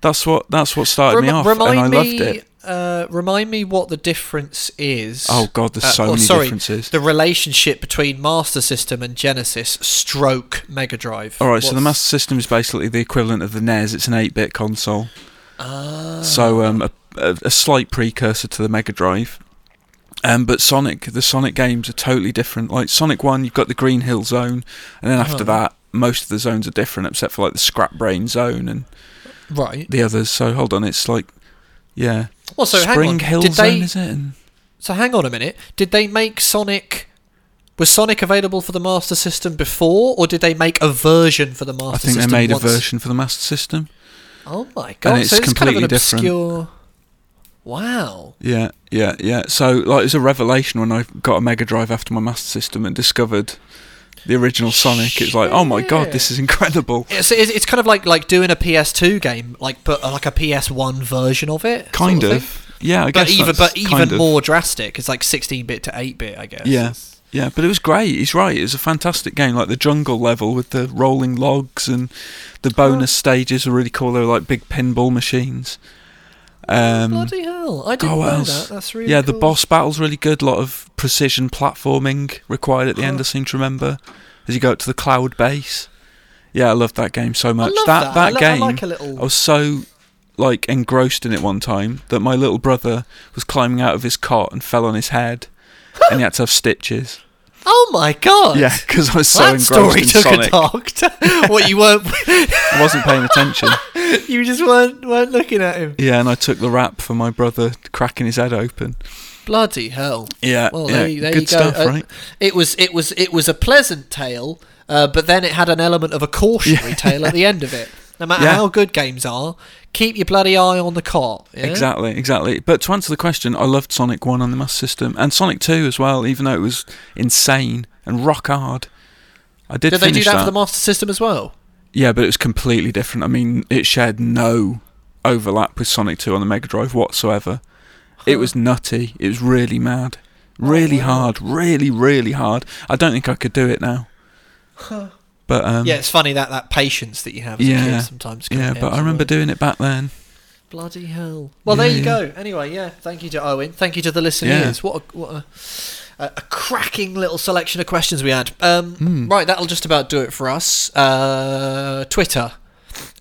That's what that's what started me Remi- off and remind I me, loved it. Uh, remind me what the difference is. Oh, God, there's so oh, many sorry, differences. The relationship between Master System and Genesis, stroke Mega Drive. All right, so the What's- Master System is basically the equivalent of the NES. It's an 8-bit console. Ah. So um, a, a, a slight precursor to the Mega Drive. Um, but Sonic, the Sonic games are totally different. Like Sonic One, you've got the Green Hill Zone, and then after Oh. that, most of the zones are different, except for like the Scrap Brain Zone and right. the others. So hold on, it's like yeah, Well, so hang on. Spring Hill Did Zone, they? is it? And So hang on a minute. Did they make Sonic? Was Sonic available for the Master System before, or did they make a version for the Master I think they System? made once? a version for the Master System. Oh my god! it's so it's kind of an completely different. obscure. Wow. Yeah, yeah, yeah. So like, it was a revelation when I got a Mega Drive after my Master System and discovered the original Sonic. It was like, oh my god, this is incredible. It's, it's it's kind of like like doing a PS2 game, like but uh, like a PS1 version of it. sort Kind of. thing. Yeah, I But guess. even that's but kind even of- more drastic. It's like 16 bit to 8 bit, I guess. Yeah. It's- Yeah, but it was great. He's right. It was a fantastic game. Like the jungle level with the rolling logs and the bonus stages were really cool. They were like big pinball machines. Um, Bloody hell! I didn't oh, what know else? that. That's really yeah, the cool. boss battle's really good. A lot of precision platforming required at the end. I seem to remember as you go up to the cloud base. Yeah, I loved that game so much. love that. I that li- I game, like a little- I was so like engrossed in it one time that my little brother was climbing out of his cot and fell on his head, and he had to (laughs) have stitches. Oh my god! Yeah, because I was so that engrossed story in took Sonic, a dark. T- (laughs) what you weren't, I wasn't (laughs) paying attention. you just weren't weren't looking at him. Yeah, and I took the rap for my brother cracking his head open. Bloody hell! Yeah, Well, yeah, there, you- there good you go. stuff, Uh, right? It was it was it was a pleasant tale, uh, but then it had an element of a cautionary tale at the end of it. No matter Yeah. how good games are, keep your bloody eye on the cart. yeah? Exactly, exactly. But to answer the question, I loved Sonic 1 on the Master System and Sonic 2 as well, even though it was insane and rock hard. I did, Did they do finish that, for the Master System as well? yeah, but it was completely different. I mean, it shared no overlap with Sonic 2 on the Mega Drive whatsoever. It was nutty. It was really mad. Oh, Really hard. Really, really hard. I don't think I could do it now. But um, Yeah, it's funny that that patience that you have as a yeah, kid sometimes. yeah. compared But I to remember the- doing it back then. Bloody hell! Well, Yeah, there you yeah. go. Anyway, yeah. Thank you to Owen. Thank you to the listeners. What a, what a, a, a cracking little selection of questions we had. Um, Hmm. Right, that'll just about do it for us. Uh, Twitter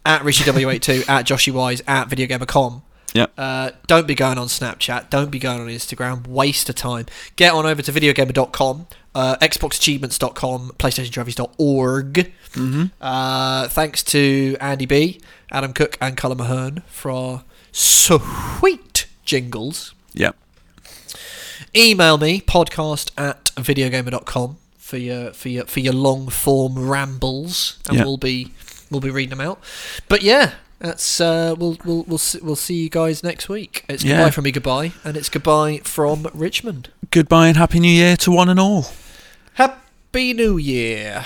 at RichieW82 (laughs) at JoshyWise at VideoGamer.com. Yep. Uh, don't be going on Snapchat. Don't be going on Instagram. Waste of time. Get on over to videogamer.com, uh, xboxachievements.com, playstationtrophies.org. Mm-hmm. Uh, thanks to Andy B, Adam Cook, and Colin Mahern for our sweet jingles. Yep. Email me, podcast at videogamer.com for your for your for your long form rambles and Yeah. we'll be we'll be reading them out. But yeah, that's uh we'll we'll we'll see, we'll see you guys next week. It's Yeah. goodbye from me goodbye and it's goodbye from Richmond. Goodbye and happy new year to one and all. Happy New Year.